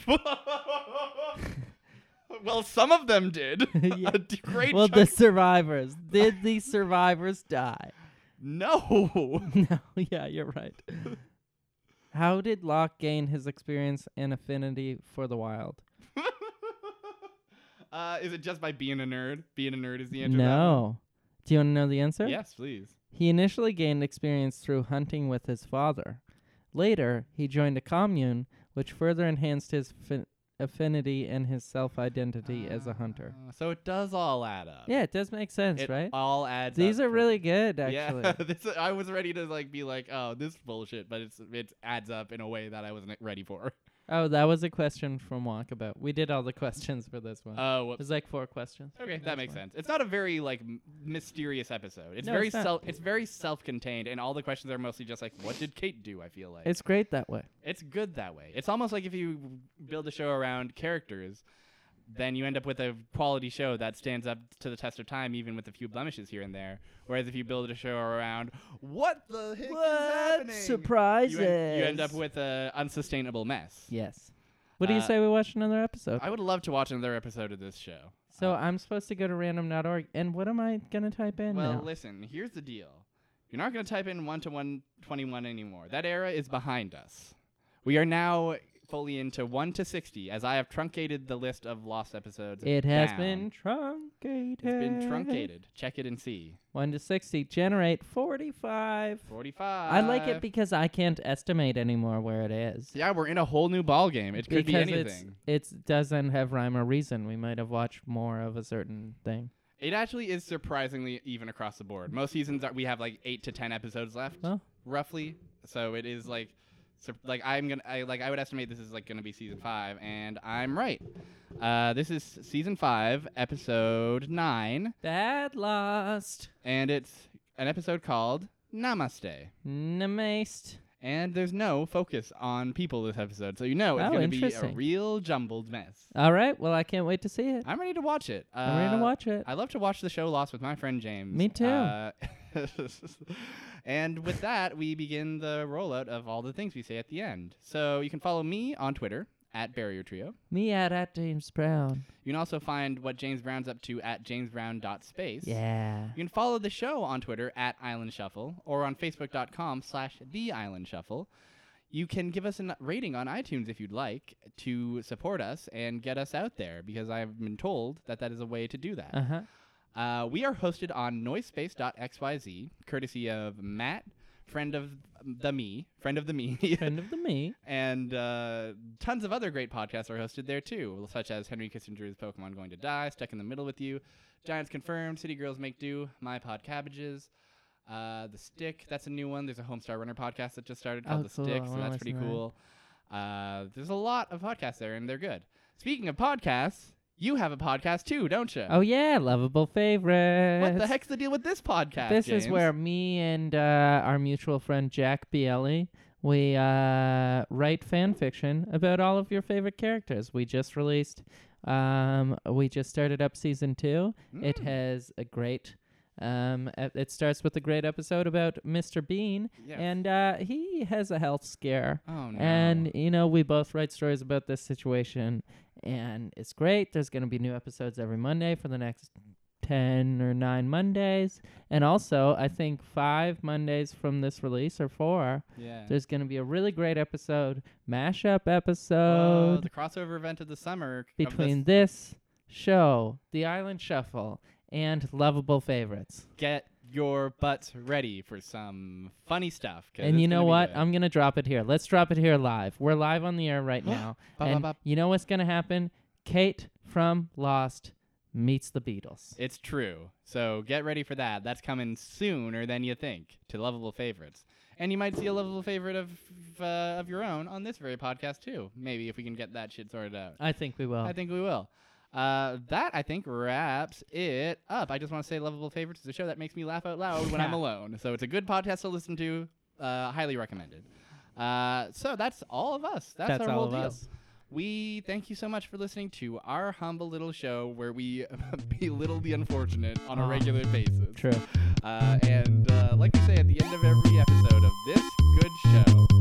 [SPEAKER 1] well, some of them did.
[SPEAKER 2] Yeah.
[SPEAKER 1] A d- great
[SPEAKER 2] well, the
[SPEAKER 1] chunk-
[SPEAKER 2] survivors. Did the survivors die?
[SPEAKER 1] No.
[SPEAKER 2] no, yeah, you're right. How did Locke gain his experience and affinity for the wild?
[SPEAKER 1] uh, is it just by being a nerd? Being a nerd is the answer. to that one?
[SPEAKER 2] No. Do you want to know the answer?
[SPEAKER 1] Yes, please.
[SPEAKER 2] He initially gained experience through hunting with his father. Later, he joined a commune, which further enhanced his fin- affinity and his self identity as a hunter.
[SPEAKER 1] Uh, so it does all add up.
[SPEAKER 2] Yeah, it does make sense,
[SPEAKER 1] it
[SPEAKER 2] right?
[SPEAKER 1] all adds.
[SPEAKER 2] These
[SPEAKER 1] up
[SPEAKER 2] are
[SPEAKER 1] for-
[SPEAKER 2] really good, actually.
[SPEAKER 1] Yeah, this, I was ready to like be like, oh, this is bullshit, but it's it adds up in a way that I wasn't e-, ready for.
[SPEAKER 2] Oh, that was a question from Walkabout. We did all the questions for this one.
[SPEAKER 1] Oh, whoops.
[SPEAKER 2] There's like four questions.
[SPEAKER 1] Okay,
[SPEAKER 2] That's
[SPEAKER 1] that makes
[SPEAKER 2] fine.
[SPEAKER 1] sense. It's not a very like m- mysterious episode. It's
[SPEAKER 2] No,
[SPEAKER 1] very
[SPEAKER 2] it's not.
[SPEAKER 1] self. It's very self-contained, and all the questions are mostly just like, "What did Kate do?" I feel like
[SPEAKER 2] It's great that way.
[SPEAKER 1] it's good that way. It's almost like if you build a show around characters, then you end up with a quality show that stands up to the test of time, even with a few blemishes here and there. Whereas if you build a show around what the heck is happening,
[SPEAKER 2] surprises?
[SPEAKER 1] you, en- you end up with an unsustainable mess.
[SPEAKER 2] Yes. What do you
[SPEAKER 1] Uh,
[SPEAKER 2] say we watch another episode?
[SPEAKER 1] I would love to watch another episode of this show.
[SPEAKER 2] so I'm supposed to go to random.org, and what am I gonna type in
[SPEAKER 1] Well,
[SPEAKER 2] now?
[SPEAKER 1] listen, here's the deal. You're not going to type in 1 to 121 anymore. That era is behind us. We are now fully into 1 to 60, as I have truncated the list of lost episodes.
[SPEAKER 2] it has
[SPEAKER 1] down.
[SPEAKER 2] been truncated.
[SPEAKER 1] It's been truncated. Check it and see.
[SPEAKER 2] One to sixty. Generate forty-five.
[SPEAKER 1] 45.
[SPEAKER 2] I like it because I can't estimate anymore where it is.
[SPEAKER 1] yeah, we're in a whole new ball game. It could be
[SPEAKER 2] because
[SPEAKER 1] anything.
[SPEAKER 2] it's it doesn't have rhyme or reason. We might have watched more of a certain thing.
[SPEAKER 1] It actually is surprisingly even across the board. Most seasons are, we have like 8 to 10 episodes left.
[SPEAKER 2] Oh.
[SPEAKER 1] roughly. So it is like, sur- like I'm gonna, I, like I would estimate this is like gonna be season five, and I'm right. Uh, this is season five, episode nine,
[SPEAKER 2] Bad lost.
[SPEAKER 1] and it's an episode called Namaste.
[SPEAKER 2] Namaste.
[SPEAKER 1] And there's no focus on people this episode, so you know it's
[SPEAKER 2] Oh,
[SPEAKER 1] gonna be a
[SPEAKER 2] interesting.
[SPEAKER 1] real jumbled mess.
[SPEAKER 2] All right. Well, I can't wait to see it.
[SPEAKER 1] I'm ready to watch it. Uh,
[SPEAKER 2] I'm ready to watch it.
[SPEAKER 1] I love to watch the show Lost with my friend James.
[SPEAKER 2] Me too.
[SPEAKER 1] Uh, and with that, we begin the rollout of all the things we say at the end. So you can follow me on Twitter at Barrier Trio.
[SPEAKER 2] Me at at James Brown.
[SPEAKER 1] You can also find what James Brown's up to at jamesbrown.space.
[SPEAKER 2] Yeah.
[SPEAKER 1] You can follow the show on Twitter at Island Shuffle or on Facebook.com slash The Island Shuffle. You can give us a rating on iTunes if you'd like to support us and get us out there because I've been told that that is a way to do that.
[SPEAKER 2] Uh huh.
[SPEAKER 1] Uh, we are hosted on noisepace.xyz, courtesy of Matt, friend of the me, friend of the me,
[SPEAKER 2] Friend of the me.
[SPEAKER 1] and uh, tons of other great podcasts are hosted there too, such as Henry Kissinger's Pokemon Going to Die, Stuck in the Middle with You, Giants Confirmed, City Girls Make Do, My Pod Cabbages, uh, The Stick. That's a new one. There's a Homestar Runner podcast that just started called
[SPEAKER 2] Oh,
[SPEAKER 1] The
[SPEAKER 2] cool.
[SPEAKER 1] Stick,
[SPEAKER 2] I
[SPEAKER 1] so
[SPEAKER 2] wanna
[SPEAKER 1] that's pretty
[SPEAKER 2] listen to that.
[SPEAKER 1] cool. Uh, there's a lot of podcasts there, and they're good. Speaking of podcasts, you have a podcast too, don't you?
[SPEAKER 2] Oh yeah, lovable favorite.
[SPEAKER 1] What the heck's the deal with this podcast?
[SPEAKER 2] This is
[SPEAKER 1] James?
[SPEAKER 2] where me and uh, our mutual friend Jack Bielli we uh, write fan fiction about all of your favorite characters. We just released. Um, we just started up season two. It
[SPEAKER 1] Mm.
[SPEAKER 2] has a great. Um, e- it starts with a great episode about Mr. Bean,
[SPEAKER 1] Yes.
[SPEAKER 2] and uh, he has a health scare.
[SPEAKER 1] oh no.
[SPEAKER 2] And you know, we both write stories about this situation, and it's great. There's going to be new episodes every Monday for the next ten or nine Mondays, and also I think five Mondays from this release or four.
[SPEAKER 1] yeah.
[SPEAKER 2] There's going to be a really great episode, mashup
[SPEAKER 1] Whoa,
[SPEAKER 2] episode
[SPEAKER 1] the crossover event of the summer of this-
[SPEAKER 2] between this show, The Island Shuffle, and Lovable Favorites.
[SPEAKER 1] get your butts ready for some funny stuff. 'cause
[SPEAKER 2] And
[SPEAKER 1] it's
[SPEAKER 2] you
[SPEAKER 1] gonna
[SPEAKER 2] know
[SPEAKER 1] be
[SPEAKER 2] what?
[SPEAKER 1] good.
[SPEAKER 2] I'm going to drop it here. Let's drop it here live. We're live on the air right now.
[SPEAKER 1] Ba, ba,
[SPEAKER 2] and
[SPEAKER 1] ba.
[SPEAKER 2] you know what's going to happen? Kate from Lost meets the Beatles.
[SPEAKER 1] It's true. So get ready for that. That's coming sooner than you think to lovable favorites. And you might see a lovable favorite of uh, of your own on this very podcast too. Maybe if we can get that shit sorted out.
[SPEAKER 2] I think we will.
[SPEAKER 1] I think we will. Uh, that I think wraps it up. I just want to say, lovable favorites is a show that makes me laugh out loud when I'm
[SPEAKER 2] Yeah.
[SPEAKER 1] alone. So it's a good podcast to listen to. Uh, highly recommended. Uh, so that's all of us. That's,
[SPEAKER 2] That's
[SPEAKER 1] our
[SPEAKER 2] all
[SPEAKER 1] whole
[SPEAKER 2] of
[SPEAKER 1] deal.
[SPEAKER 2] us.
[SPEAKER 1] We thank you so much for listening to our humble little show where we belittle the unfortunate on a
[SPEAKER 2] Ah.
[SPEAKER 1] regular basis.
[SPEAKER 2] True.
[SPEAKER 1] Uh, and uh, like we say at the end of every episode of this good show,